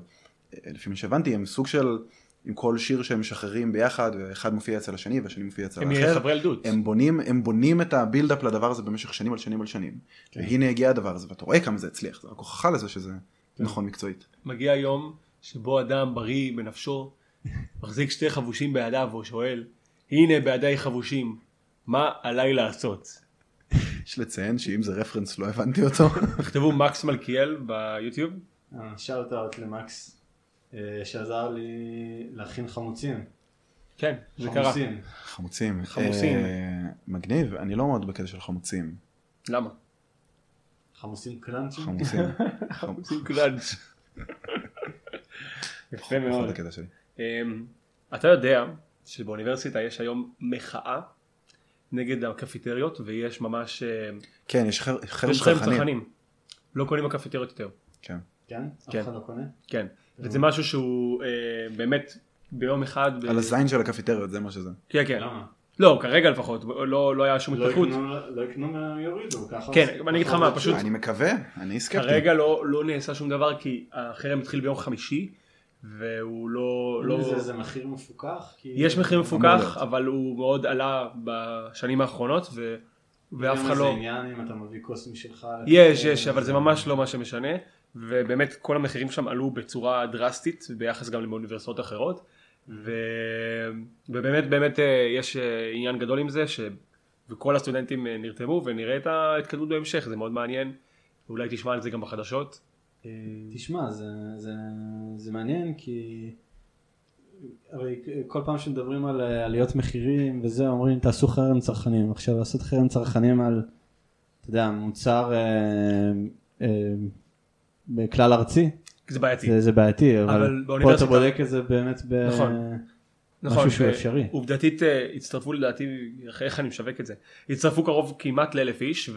C: אה, לפי מה שהבנתי, הם סוג של, עם כל שיר שהם משחררים ביחד, ואחד מופיע אצל השני, והשני מופיע אצל
B: הם אה,
C: האחר,
B: חברי ילדות.
C: הם בונים, הם בונים את הבילדאפ לדבר הזה במשך שנים על שנים על שנים.
A: כן.
C: והנה הגיע הדבר הזה, ואתה רואה כמה זה הצליח, זה רק הוכחה לזה שזה נכון מקצועית.
B: מגיע יום שבו אדם בריא בנפשו, מחזיק שתי חבושים בידיו והוא שואל, הנה בידיי חבושים, מה עליי לעשות?
C: יש לציין שאם זה רפרנס לא הבנתי אותו.
B: תכתבו מקס מלכיאל ביוטיוב,
A: שאוט אאוט אה, למקס, אה, שעזר לי להכין חמוצים.
B: כן, זה קרה.
A: חמוצים.
C: חמוצים.
B: חמוצים.
C: אה, מגניב, אני לא מאוד בקטע של חמוצים.
B: למה?
A: חמוצים קלאנצ'ים.
B: [laughs]
C: חמוצים.
B: עושים קראנץ'. יפה
C: פחות
B: מאוד.
C: הקטע שלי.
B: אמ, אתה יודע שבאוניברסיטה יש היום מחאה נגד הקפיטריות ויש ממש, אמ,
C: כן, יש חר- חרם
B: יש חרם
C: צרכנים.
B: צרכנים. לא קונים בקפיטריות יותר.
C: כן.
A: כן? אף
B: כן.
A: אחד לא קונה?
B: כן, וזה משהו שהוא אה, באמת ביום אחד, ב-
C: על הזין של הקפיטריות, זה מה שזה.
B: כן כן,
A: למה?
B: לא כרגע לפחות, לא לא היה שום
A: לא
B: התפתחות,
A: יקנו- לא יקנו מה יורידו. ככה
B: כן,
A: עושים.
B: אני אגיד לך
A: ככה
B: מה,
A: עובד
B: פשוט-
C: אני מקווה, אני סקפטי.
B: כרגע לא לא נעשה שום דבר כי החרם התחיל ביום חמישי, והוא לא,
A: שם.
B: לא,
A: זה- זה מחיר מפוקח? כי-
B: יש מחיר
C: אמור
B: מפוקח
C: להיות.
B: אבל הוא מאוד עלה בשנים האחרונות ו- ואף
A: גם
B: אחד
A: איזה
B: לא,
A: עניין אם אתה מביא כוס משלך.
B: יש יש אבל זה ממש לא מה שמשנה, ובאמת כל המחירים שם עלו בצורה דרסטית ביחס גם לאוניברסיטאות אחרות, ו... ובאמת באמת אה, יש אה, עניין גדול עם זה ש... וכל הסטודנטים אה, נרתמו ונראה את ההתקדמות בהמשך זה מאוד מעניין, אולי תשמע על זה גם בחדשות. אה,
A: תשמע, זה, זה, זה מעניין כי הרי כל פעם שמדברים על אה, עליות מחירים וזה, אומרים תעשו חרם צרכנים. עכשיו לעשות חרם צרכנים על, אתה יודע, מוצר אה, אה, בכלל ארצי,
B: זה בעייתי.
A: זה, זה בעייתי, אבל,
B: כן. אבל
A: פה אתה
B: באוניברסיטה-
A: בודק את זה באמת ב...
B: נכון. אה,
A: משהו שהוא
B: ו-
A: אפשרי.
B: עובדתית אה, הצטרפו לדעתי, איך- איך אני משווק את זה, הצטרפו קרוב כמעט לאלף איש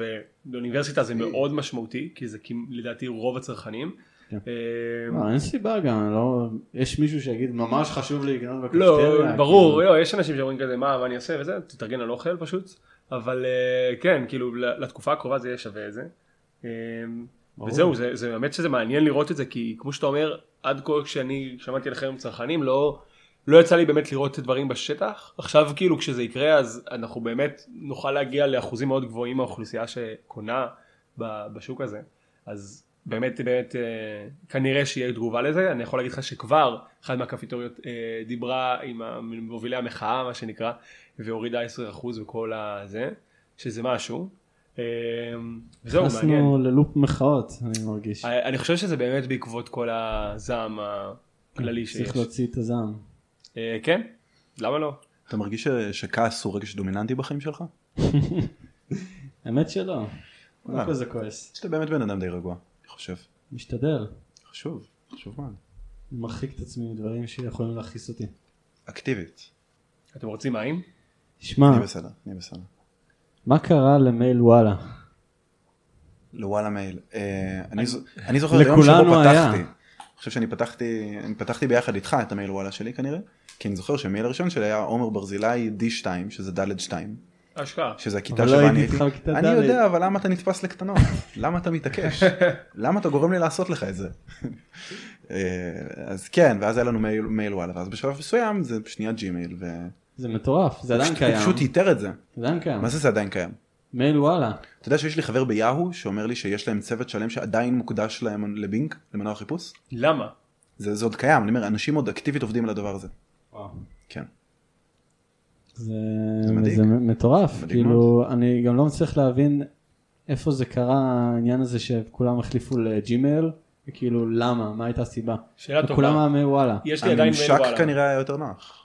B: ובאוניברסיטה זה
A: אוקיי.
B: מאוד משמעותי כי זה כמ- לדעתי רוב הצרכנים.
A: כן.
B: אה,
A: לא, אין סיבה גם, לא... יש מישהו שיגיד ממש חשוב לי לקנות בקפטריה.
B: לא,
A: כאילו,
B: ברור, לא, יש אנשים שאומרים כזה, מה, מה אני אעשה וזה, תתארגן על אוכל פשוט, אבל אה, כן, כאילו, ל- לתקופה הקרובה זה יהיה שווה את זה. אה,
A: ברור.
B: וזהו, זה זה באמת שזה מעניין לראות את זה, כי כמו שאתה אומר, עד כה כשאני שמעתי על חרם צרכנים, לא... לא יצא לי באמת לראות את הדברים בשטח, עכשיו כאילו כשזה יקרה אז אנחנו באמת נוכל להגיע לאחוזים מאוד גבוהים מהאוכלוסייה שקונה ב- בשוק הזה, אז באמת באמת אה, כנראה שיהיה תגובה לזה, אני יכול להגיד לך שכבר אחת מהקפיטוריות אה, דיברה עם מובילי המחאה מה שנקרא, והורידה 10% וכל הזה, שזה משהו, אה, וזהו מעניין.
A: נכנסנו ללופ מחאות, אני מרגיש.
B: אה, אני חושב שזה באמת בעקבות כל הזעם
C: כן,
B: הכללי שיש.
A: צריך להוציא את הזעם.
B: אה, כן? למה לא?
C: אתה מרגיש ש- שכעס הוא רגש דומיננטי בחיים שלך?
A: האמת
C: אה.
A: שלא.
C: וואלה.
A: לא כזה כועס.
C: שאתה באמת בן אדם די רגוע, אני חושב.
A: משתדל.
C: חשוב, חשוב מאוד.
A: אני מרחיק את עצמי מדברים שיכולים להכעיס אותי.
C: אקטיבית.
B: אתם רוצים מים? אה.
A: שמע,
C: אני בסדר, אני בסדר.
A: מה קרה למייל וואלה?
C: לוואלה מייל. אה, אני זו- אני זוכר
A: לכולנו
C: יום שבו
A: היה.
C: פתחתי. אני חושב שאני פתחתי, אני פתחתי ביחד איתך את המייל וואלה שלי כנראה, כי אני זוכר שהמייל הראשון שלי היה עומר ברזילי D2, שזה ד'2,
B: השקעה.
C: שזה הכיתה
A: אבל לא
C: שבה אני
A: הייתי
C: הייתי.
A: איתך בכיתה
C: אני
A: ד'.
C: יודע, אבל למה אתה
A: [laughs]
C: נתפס לקטנות? למה אתה מתעקש? למה אתה גורם לי לעשות לך את זה? [laughs] אה, אז כן, ואז היה לנו מייל- מייל וואלה, ואז בשלב מסוים זה שנייה ג'ימייל, והוא
A: זה מטורף, זה עדיין
C: פשוט- הוא
A: קיים.
C: פשוט איתר את זה.
A: זה עדיין קיים.
C: מה זה זה עדיין קיים?
A: מייל וואלה.
C: אתה יודע שיש לי חבר ביהו שאומר לי שיש להם צוות שלם שעדיין מוקדש להם לבינק, למנוע חיפוש?
B: למה?
C: זה זה עוד קיים, אני אומר, אנשים עוד אקטיבית עובדים על הדבר הזה. כן.
A: זה,
C: זה מדאיג.
A: זה מטורף,
C: מדאיג
A: כאילו אני גם לא מצליח להבין איפה זה קרה העניין הזה שכולם החליפו לג'ימייל, וכאילו למה, מה הייתה הסיבה,
B: שאלה
A: וכולם
B: טובה.
A: מאמי וואלה,
B: יש לי עדיין מייל
C: הממשק
B: וואלה.
C: כנראה היה יותר נוח.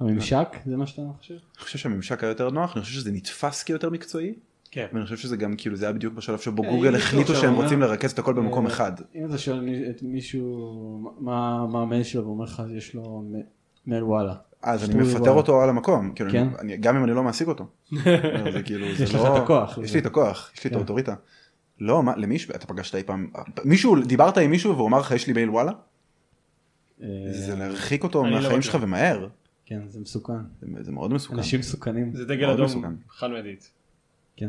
A: הממשק זה מה שאתה חושב?
C: אני חושב שהממשק היה יותר נוח, אני חושב שזה נתפס כיותר מקצועי,
B: כן.
C: ואני חושב שזה גם כאילו זה היה בדיוק בשלב שבו
A: כן,
C: גוגל
A: אם
C: החליטו
A: מישהו
C: שהם
A: אומר-
C: רוצים לרכז את הכל במקום
A: אה,
C: אחד.
A: אם אתה שואל מי- את מישהו מה מה המייל שלו ואומר לך יש לו מ- מייל וואלה,
C: אז אני
A: שטוי
C: מפטר
A: וואלה.
C: אותו על המקום, כאילו,
A: כן.
C: אני- גם אם אני לא מעסיק
A: [laughs]
C: אותו. זה כאילו, זה
A: יש לך
C: לא-
A: את הכוח
C: יש
A: לזה.
C: לי את הכוח, יש לי את
A: כן.
C: האוטוריטה. לא, מה, למישהו, אתה פגשת אי פעם, מישהו, דיברת עם מישהו והוא אמר לך יש לי מייל וואלה?
A: אה,
C: זה להרחיק אותו
B: אני לא
C: מהחיים
B: מכיר.
C: שלך ומהר,
A: כן זה מסוכן,
C: זה- זה מאוד מסוכן.
A: אנשים מסוכנים,
B: זה דגל
C: מאוד
B: אדום
C: מסוכן.
B: חד מדעית.
A: כן,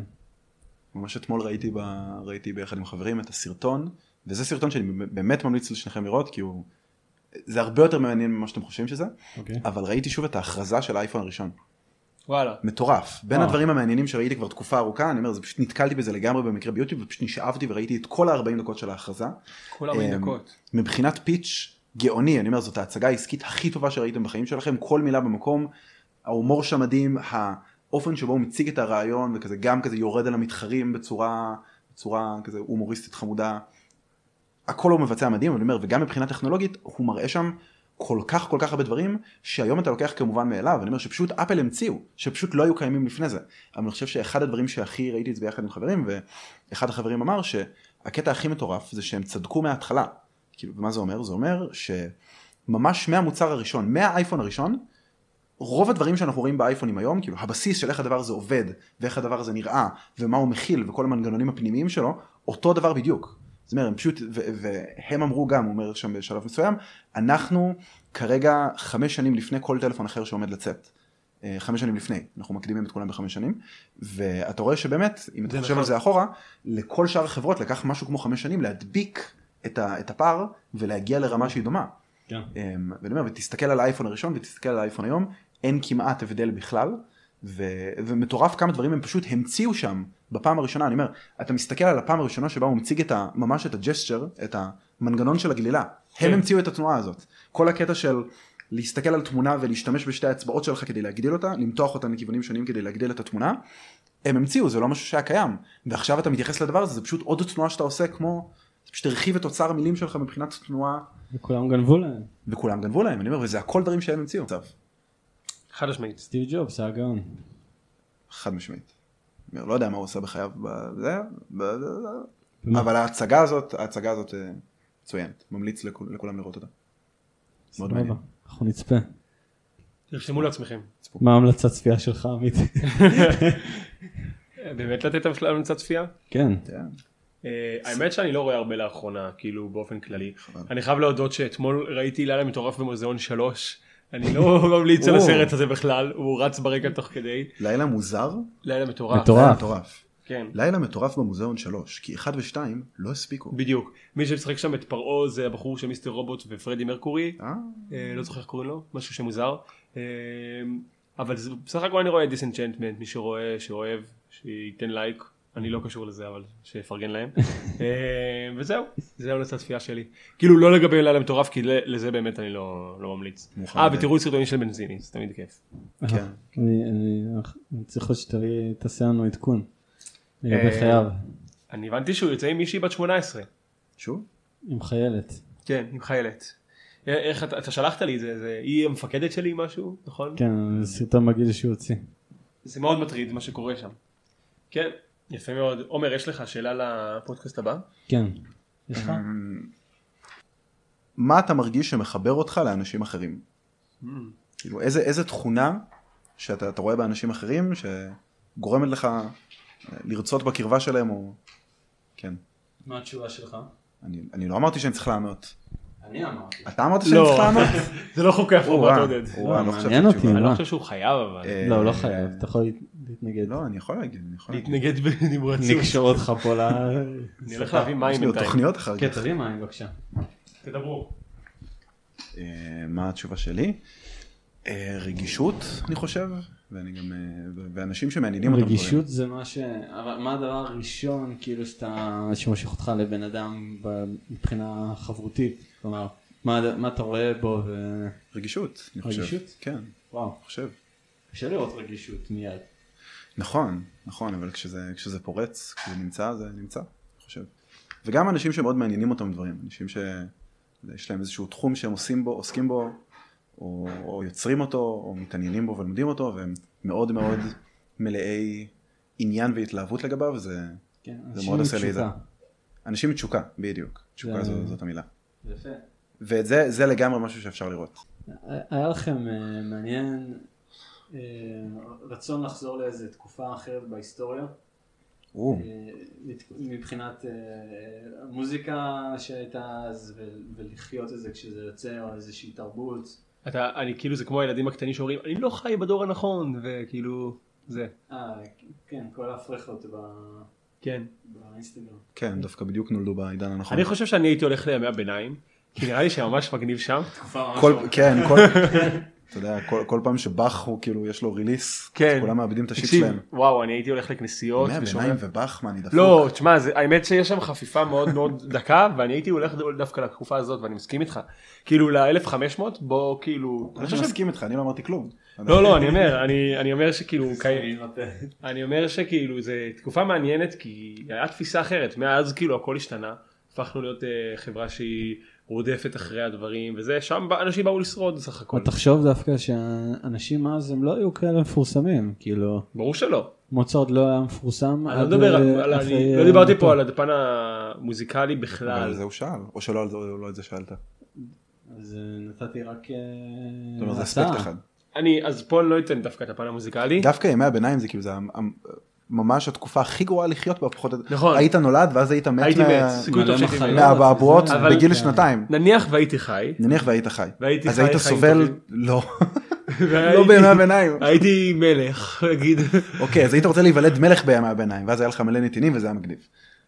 C: ממש אתמול ראיתי, ב... ראיתי ביחד עם חברים את הסרטון, וזה סרטון שאני באמת ממליץ לשניכם לראות, כי הוא... זה הרבה יותר מעניין ממה שאתם חושבים שזה,
A: אוקיי,
C: אבל ראיתי שוב את ההכרזה של האייפון הראשון.
B: וואלה.
C: מטורף. בין
A: וואו.
C: הדברים המעניינים שראיתי כבר תקופה ארוכה, אני אומר, זה פשוט נתקלתי בזה לגמרי במקרה ביוטיוב, ופשוט נשאבתי וראיתי את כל ה-40 דקות של ההכרזה.
B: כל 40
C: אמ,
B: דקות.
C: מבחינת פיץ' גאוני, אני אומר, זאת ההצגה העסקית הכי טובה שראיתם בחיים שלכם, כל מילה במקום, ההומור שם מדהים, האופן שבו הוא מציג את הרעיון, וכזה גם כזה יורד על המתחרים בצורה, בצורה כזה הומוריסטית חמודה. הכל הוא מבצע מדהים, אבל אני אומר, וגם מבחינה טכנולוגית, הוא מראה שם כל כך כל כך הרבה דברים, שהיום אתה לוקח כמובן מאליו, אני אומר שפשוט אפל המציאו, שפשוט לא היו קיימים לפני זה. אבל אני חושב שאחד הדברים שהכי ראיתי את זה ביחד עם חברים, ואחד החברים אמר שהקטע הכי מטורף זה שהם צדקו מההתחלה. כאילו, מה זה אומר? זה אומר שממש מהמוצר הראשון, מהאייפון הראשון, רוב הדברים שאנחנו רואים באייפונים היום, כאילו הבסיס של איך הדבר הזה עובד, ואיך הדבר הזה נראה, ומה הוא מכיל, וכל המנגנונים הפנימיים שלו, אותו דבר בדיוק. זאת אומרת, הם פשוט, ו- והם אמרו גם, הוא אומר שם בשלב מסוים, אנחנו כרגע חמש שנים לפני כל טלפון אחר שעומד לצאת. אה, חמש שנים לפני, אנחנו מקדימים את כולם בחמש שנים, ואתה רואה שבאמת, אם אתה
B: זה
C: חושב
B: נכון.
C: על זה אחורה, לכל שאר החברות לקח משהו כמו חמש שנים להדביק את, ה- את הפער ולהגיע לרמה שהיא דומה.
A: כן.
C: אמ, ואני אומר, ותסתכל על האייפון הראשון ותסתכל על האייפון היום, אין כמעט הבדל בכלל, ו- ומטורף כמה דברים הם פשוט המציאו שם בפעם הראשונה, אני אומר, אתה מסתכל על הפעם הראשונה שבה הוא מציג את ה, ממש את הג'סטר, את המנגנון של הגלילה,
B: כן.
C: הם המציאו את התנועה הזאת, כל הקטע של להסתכל על תמונה ולהשתמש בשתי האצבעות שלך כדי להגדיל אותה, למתוח אותה מכיוונים שונים כדי להגדיל את התמונה, הם המציאו, זה לא משהו שהיה קיים, ועכשיו אתה מתייחס לדבר הזה, זה פשוט עוד תנועה שאתה עושה כמו, זה פשוט הרחיב את אוצר המילים שלך מבחינת תנועה
A: וכולם גנבו להם,
C: וכולם גנבו להם, אני אומר, וזה הכל דברים שהם המציאו. מצב,
B: חד משמעית.
A: סטיב ג'ובס היה גאון,
C: חד משמעית. אני אומר, לא יודע מה הוא עושה בחייו, בזה, בזה,
A: באמת.
C: אבל ההצגה הזאת, ההצגה הזאת אה, מצוינת, ממליץ לכול- לכולם לראות אותה. מאוד
A: סבבה,
C: מעניין.
A: אנחנו נצפה.
B: תרשמו לעצמכם.
A: מה ההמלצת צפייה שלך עמית?
B: אה, באמת לתת בשלב המלצת צפייה?
A: כן,
C: אתה יודע,
B: אה, האמת שאני לא רואה הרבה לאחרונה, כאילו באופן כללי.
C: חבל.
B: אני חייב להודות שאתמול ראיתי לילה מטורף במוזיאון 3. אני לא ממליץ על הסרט הזה בכלל, הוא רץ ברקע תוך כדי.
C: לילה מוזר,
B: לילה מטורף.
A: מטורף.
C: לילה מטורף.
B: כן.
C: לילה מטורף במוזיאון 3, כי 1 ו-2 לא הספיקו.
B: בדיוק. מי שמשחק שם את פרעה זה הבחור של מיסטר רובוט ופרדי מרקורי.
C: אה?
B: אה, לא זוכר איך קוראים לו, משהו שמוזר. אה, אבל זה- בסך הכל אני רואה דיסנצ'נטמנט, מי שרואה, שאוהב, שייתן לייק, אני לא קשור לזה אבל שיפרגן להם. אה, וזהו, זה המלצת הצפייה שלי. כאילו לא לגבי לילה מטורף, כי ל- לזה באמת אני לא לא ממליץ.
C: מאוחר
B: אה,
C: מדי.
B: ותראו את סרטונים של בנזיני, זה תמיד כיף.
C: כן.
A: אני אני- אני צריך עוד שתביא- תעשה לנו עדכון לגבי
B: אה,
A: חייו,
B: אני הבנתי שהוא יוצא עם מישהי בת 18.
C: שוב?
A: עם חיילת.
B: כן, עם חיילת. אה, איך אתה אתה שלחת לי את זה, זה- היא המפקדת שלי משהו, נכון?
A: כן, זה סרטון מגעיל שהוא הוציא.
B: זה מאוד מטריד מה שקורה שם. כן, יפה מאוד. עומר, יש לך שאלה לפודקאסט הבא?
A: כן. יש לך?
C: אמ, מה אתה מרגיש שמחבר אותך לאנשים אחרים?
B: Mm.
C: כאילו, איזה, איזה תכונה שאתה אתה רואה באנשים אחרים שגורמת לך אה, לרצות בקרבה שלהם, או... כן.
A: מה התשובה שלך?
C: אני, אני לא אמרתי שאני צריך לענות.
A: אני אמרתי.
C: אתה אמרת שאני צריך לענות?
B: זה לא חוקי הפרדת
C: וואו,
B: עודד.
C: וואו, אני לא חשבתי
A: מעניין אותי.
C: תשובה.
B: אני לא
A: מה?
B: חושב שהוא חייב אבל.
C: אה,
A: לא, הוא לא חייב, אתה יכול להתנגד.
C: לא, אני יכול להגיד, אני יכול להגיד.
B: להתנגד בנמרצות.
A: נקשור אותך פה ל...
B: אני הולך להביא מים
C: יש לי עוד
B: בינתיים.
C: תוכניות אחר
A: כן,
C: כך.
A: תביא מים בבקשה.
B: תדברו.
C: אה, מה התשובה שלי? אה, רגישות, אני חושב, ואני גם... אה, ו- ואנשים שמעניינים אותם.
A: רגישות זה מה ש... אבל מה הדבר הראשון כאילו שאתה... שמושך אותך לבן אדם ב- מבחינה חברותית? כלומר, מה מה אתה רואה בו ו...
C: דברים. רגישות, אני חושב.
A: רגישות?
C: כן, אני
A: וואו,
C: חושב.
A: קשה לראות רגישות מיד.
C: נכון, נכון, אבל כשזה, כשזה פורץ, כשזה נמצא, זה נמצא, אני חושב. וגם אנשים שמאוד מעניינים אותם דברים, אנשים שיש להם איזשהו תחום שהם עושים בו, עוסקים בו, או, או יוצרים אותו, או מתעניינים בו ולומדים אותו, והם מאוד מאוד מלאי עניין והתלהבות לגביו, זה
A: כן,
C: זה
A: אנשים
C: מאוד
A: עם
C: עושה לי את זה.
A: תשוקה.
C: אנשים עם תשוקה, בדיוק, תשוקה
A: זה-
C: זו, זאת המילה.
A: זה יפה.
C: ואת זה, זה לגמרי משהו שאפשר לראות.
A: היה לכם אה, מעניין אה, רצון לחזור לאיזה תקופה אחרת בהיסטוריה?
C: או,
A: אה, מת- מבחינת אה, המוזיקה שהייתה אז ו- ולחיות את זה כשזה יוצא או איזושהי תרבות.
B: אתה, אני כאילו זה כמו הילדים הקטנים שאומרים אני לא חי בדור הנכון וכאילו זה.
A: אה, כן, כל ההפרחות ב-
B: כן.
A: באינסטגרם.
C: כן, דווקא בדיוק נולדו בעידן הנכון.
B: אני חושב שאני הייתי הולך לימי הביניים. כי נראה לי שממש מגניב שם.
A: תקופה ממש
B: [laughs]
C: כל,
A: ארוכה.
C: כן, כל, אתה יודע, כל, כל פעם שבאך הוא כאילו יש לו ריליס,
B: כן.
C: אז כולם מאבדים את השיט
B: תקשיב, לא
C: שלהם.
B: וואו, אני הייתי הולך לכנסיות.
C: ימי
B: ושומע-
C: הביניים ובאך, מה אני דפוק?
B: לא, תשמע, זה- האמת שיש שם חפיפה מאוד מאוד [laughs] דקה, ואני הייתי הולך דווקא לתקופה הזאת, ואני מסכים איתך. כאילו ל-1500, בוא כאילו... אני
C: אני
B: חושב ש-
C: מסכים איתך, אני לא אמרתי כלום.
B: לא, לא, אני אומר, אני אני אומר שכאילו... כי-
A: אני מתמתן.
B: אני אומר שכאילו זו תקופה מעניינת כי היה תפיסה אחרת מאז כאילו הכל השתנה הפכנו להיות אה, חברה שהיא רודפת אחרי הדברים וזה שם בא- אנשים באו לשרוד סך הכל
A: אבל תחשוב דווקא שהאנשים אז הם לא היו כאלה מפורסמים, כאילו
B: ברור שלא
A: מוצרט לא היה מפורסם.
B: אני
A: עד,
B: לא מדבר
A: אה,
B: על- על-
A: אחרי,
B: אני
A: אה,
B: לא דיברתי
A: מותו.
B: פה על הפן המוזיקלי
C: אבל
B: בכלל
C: על זה הוא שאל, או שלא על זה- לא את זה שאלת.
A: אז אה, נתתי רק אה,
C: זאת אומרת, זה
A: הצעה.
C: אספקט אחד.
B: אני אז פה אני לא אתן דווקא את הפן המוזיקלי
C: דווקא ימי הביניים זה כאילו, זה המ- המ- ממש התקופה הכי גרועה לחיות בה, פחות או יותר.
B: נכון.
C: היית נולד ואז היית מת
B: הייתי
C: מה-
B: מת, סיכוי
A: מלא
B: טוב שהייתי
A: מחלות.
B: מת.
C: מהאבעבועות
B: אבל-
C: בגיל
A: כן.
C: שנתיים.
B: נניח והייתי חי
C: נניח והיית חי.
B: והייתי
C: אז
B: חי
C: היית
B: חיים
C: סובל,
B: טובים. [laughs]
C: לא, לא
B: והייתי-
C: בימי הביניים.
B: הייתי מלך נגיד
C: אוקיי, אז היית רוצה להיוולד מלך בימי הביניים, ואז היה לך מלא נתינים וזה היה מגניב.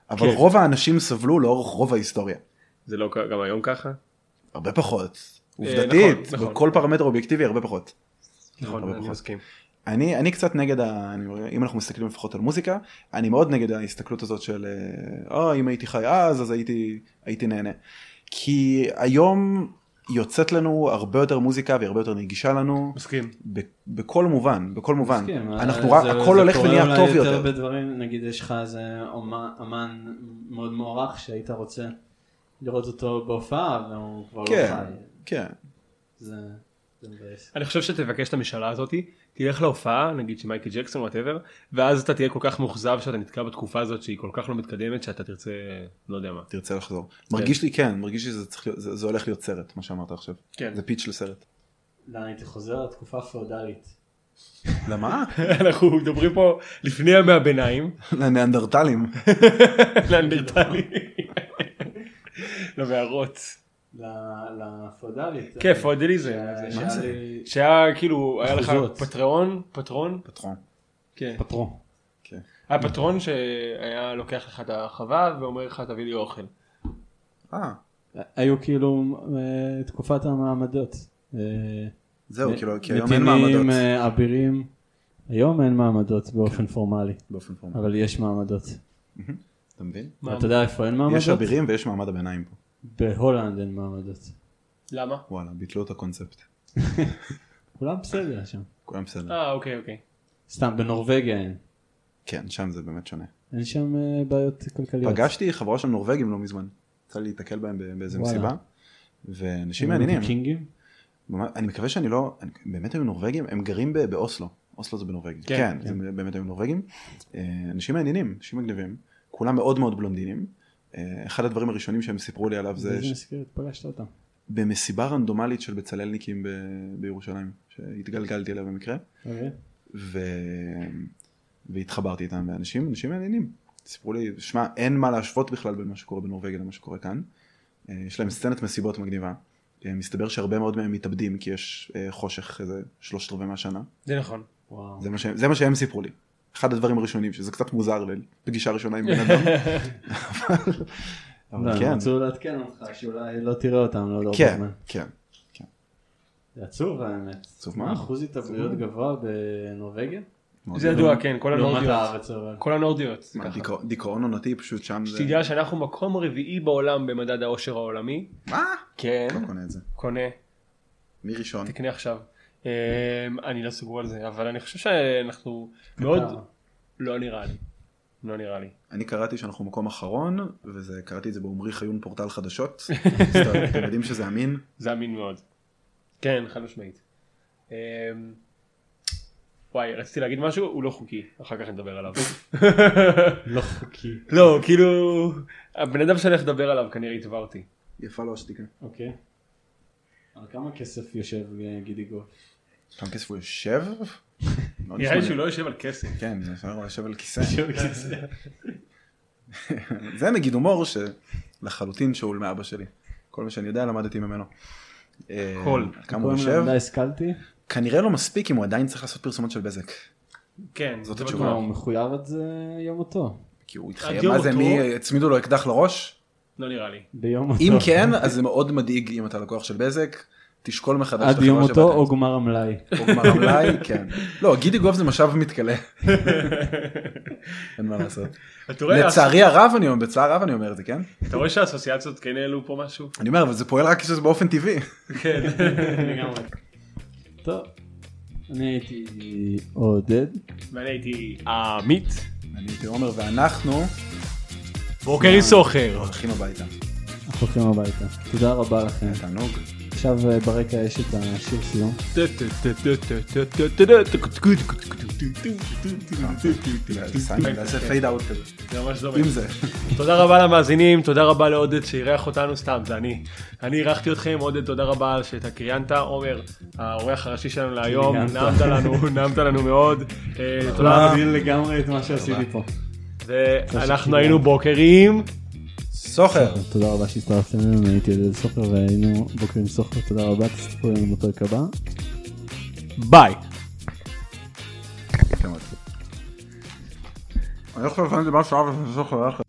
C: אבל
B: כן.
C: רוב האנשים סבלו לאורך רוב ההיסטוריה.
B: זה לא גם היום ככה
C: הרבה פחות.
B: אה,
C: עובדתית,
B: נכון, נכון.
C: בכל פרמטר אובייקטיבי הרבה פחות.
B: נכון
C: הרבה
B: אני
C: פחות.
B: מסכים
C: אני, אני קצת נגד, ה, אני, אומר, אם אנחנו מסתכלים לפחות על מוזיקה, אני מאוד נגד ההסתכלות הזאת של, אה, "אה, אם הייתי חי אז, אז הייתי, הייתי נהנה. כי היום יוצאת לנו הרבה יותר מוזיקה והיא הרבה יותר נגישה לנו,
B: מסכים
C: ב, בכל מובן, בכל מובן.
A: מסכים,
C: אנחנו
A: זה-
C: רק,
A: זה-
C: הכל הולך ונהיה טוב
A: זה קורה אולי יותר
C: יותר.
A: בדברים, נגיד יש לך איזה אומן- אמן מאוד מוערך שהיית רוצה לראות אותו בהופעה, והוא כבר לא
C: כן.
A: חי.
C: כן.
A: זה זה מבאס.
B: אני חושב שתבקש את המשאלה הזאתי, תלך להופעה, נגיד של מייקל ג'קסון וואטאבר, ואז אתה תהיה כל כך מאוכזב שאתה נתקע בתקופה הזאת שהיא כל כך לא מתקדמת שאתה תרצה, לא יודע מה. [laughs]
C: תרצה לחזור. מרגיש לי כן, מרגיש לי שזה צריך להיות, זה, זה הולך להיות סרט, מה שאמרת עכשיו.
B: כן.
C: זה פיץ' לסרט.
A: לא, הייתי חוזר לתקופה פאודלית.
C: למה?
B: אנחנו מדברים פה לפני ימי הביניים,
C: [laughs] לניאנדרטלים.
B: לאנדרטלי. לא, למערות.
A: ל- לפאודלית.
B: כן, פאודליזם.
A: אה,
B: זה-
A: שהיה
C: זה?
A: לי-
B: שהיה כאילו, היה לך
A: אחוזות.
B: פטריון, פטרון,
C: פטרון.
B: כן.
A: פטרו.
B: היה פטרון שהיה לוקח לך את החווה ואומר לך תביא לי אוכל.
C: אה,
A: היו כאילו אה, תקופת המעמדות. אה,
C: זהו,
A: נ-
C: כאילו, כי היום אין
A: נתינים,
C: מעמדות. כן.
A: אה, אבירים. היום אין מעמדות באופן פורמלי,
C: באופן פורמלי.
A: אבל יש מעמדות.
C: אתה מבין?
A: אתה יודע איפה אין מעמדות?
C: יש אבירים ויש מעמד הביניים פה.
A: בהולנד אין מעמדות.
B: למה?
C: וואלה, ביטלו את הקונספט.
A: כולם בסדר שם.
C: כולם
A: לא.
C: בסדר.
B: אה אוקיי אוקיי.
A: סתם, בנורבגיה אין.
C: כן, שם זה באמת שונה.
A: אין שם אה, בעיות כלכליות.
C: פגשתי חבורה של נורבגים לא מזמן. יצא לי להתקל בהם ב- באיזה
A: וואלה.
C: מסיבה.
A: הם
C: ואנשים מעניינים.
A: אה, ויקינגים?
C: ממש- אני מקווה שאני לא, אני- באמת היו נורבגים, הם גרים ב- באוסלו, אוסלו זה בנורבגיה,
B: כן,
C: כן,
A: כן.
C: זה באמת היו נורבגים, אה, אנשים מעניינים, אנשים מגניבים, כולם מאוד מאוד בלונדינים, אה, אחד הדברים הראשונים שהם סיפרו לי עליו זה
A: באיזה
C: ש-
A: מסגרת פגשת אותם?
C: במסיבה רנדומלית של בצלאלניקים ב- בירושלים, שהתגלגלתי אליה במקרה,
A: אוקיי.
C: ו... והתחברתי איתם, ואנשים, אנשים מעניינים, סיפרו לי, שמע, אין מה להשוות בכלל בין מה שקורה בנורבגיה למה שקורה כאן, אה, יש להם סצנת מסיבות מגניבה. אה, מסתבר שהרבה מאוד מהם מתאבדים כי יש אה, חושך איזה שלושת רבעי מהשנה.
B: זה נכון.
A: וואו.
C: זה מה, שהם, זה מה שהם סיפרו לי. אחד הדברים הראשונים, שזה קצת מוזר לפגישה ראשונה עם בן אדם. אבל-
A: לא,
C: אבל
A: הם
C: כן,
A: רצו לעדכן אותך שאולי לא תראה אותם, לא לא הרבה
C: כן,
A: זמן.
C: כן.
A: זה עצוב האמת.
C: עצוב
A: מה
C: מאוד.
A: אחוז התאבדויות גבוה בנורבגיה?
C: מאוד
B: זה
C: גדול.
B: ידוע, כן, כל
A: לעומת
B: הנורדיות.
A: הארץ אבל.
B: כל הנורדיות.
C: מה,
B: ככה.
C: דיכא- דיכאון עונתי פשוט שם זה...
B: שתדע שאנחנו מקום רביעי בעולם במדד העושר העולמי.
C: מה?
B: כן.
C: לא קונה את זה.
B: קונה.
C: מי ראשון?
B: תקנה עכשיו. אמ, אני לא סגור על זה, אבל אני חושב שאנחנו מאוד... לא נראה לי. לא נראה לי.
C: אני קראתי שאנחנו מקום אחרון, וזה- קראתי את זה בעומרי חיון פורטל
B: [laughs]
C: חדשות. אז אתם- אתם יודעים שזה אמין?
B: זה אמין מאוד. כן, חד משמעית. אמ, וואי, רציתי להגיד משהו, הוא לא חוקי, אחר כך נדבר עליו.
A: לא חוקי.
B: לא, כאילו, הבן אדם שאני הולך לדבר עליו כנראה יתבע אותי.
C: יפה לו השתיקה.
A: אוקיי. על כמה כסף יושב אה, גידי גוף?
C: כמה כסף הוא יושב?
B: נראה
C: לא
B: לי
C: נשמע
B: שהוא לא יושב על כסף.
C: כן, זה אפשר לשב על כיסא. זה נגיד הומור שלחלוטין שאול מאבא שלי. כל מה שאני יודע למדתי ממנו. אה,
B: הכל.
C: על כמה הוא יושב?
A: אתה השכלתי?
C: כנראה לא מספיק אם הוא עדיין צריך לעשות פרסומות של בזק.
B: כן,
C: זאת
B: זה
C: התשובה.
A: מה,
B: בטוח.
A: לא, הוא מחויב עד זה יום מותו.
C: כי הוא
B: עד
C: התחייב,
B: יום
C: מה זה,
B: מותו?
C: מי הצמידו לו אקדח לראש?
B: לא נראה לי.
A: ביום מותו.
B: [laughs]
C: אם כן, אז זה מאוד מדאיג אם אתה לקוח של בזק, תשקול מחדש את
A: עד
C: החברה
A: יום
C: שבה אתה
A: מותו או גמר המלאי.
C: או גמר המלאי, כן. לא, גידי גוף זה משאב מתכלה, אין מה לעשות.
B: אתה רואה-
C: לצערי הרב אני אומר, בצער רב אני אומר את זה, כן?
B: אתה רואה שהאסוציאציות כן העלו פה משהו?
C: אני אומר, אבל זה פועל רק כשזה באופן טבעי.
B: כן.
A: טוב. אני הייתי עודד.
B: ואני הייתי עמית.
C: אני הייתי עומר ואנחנו
B: ברוקרי סוחר.
C: הולכים הביתה.
A: אנחנו הולכים הביתה. תודה רבה לכם.
C: היה תענוג.
A: עכשיו אה, ברקע יש את השיר סיום.
B: אה,
C: אה, נעשה פייד אאוט כזה.
B: זה ממש דומה.
C: עם זה.
B: לא תודה רבה למאזינים, תודה רבה לעודד שאירח אותנו, סתם, זה אני. אני אירחתי אתכם, עודד, תודה רבה שאתה קריינת, עומר, האורח הראשי שלנו להיום,
A: קריינת.
B: נעמת לנו, נעמת לנו מאוד. אה, תודה.
A: להבדיל לגמרי את מה שעשיתי פה.
B: ואנחנו היינו בוקרים.
C: סוחר.
A: תודה רבה שהצטרפתם אלינו, אני הייתי עודד סוחר והיינו בוקר עם סוחר, תודה רבה, תצטרפו אלינו בפרק הבא.
B: ביי.
C: לא אני חושב שאני דיברתי שעה וסוחר.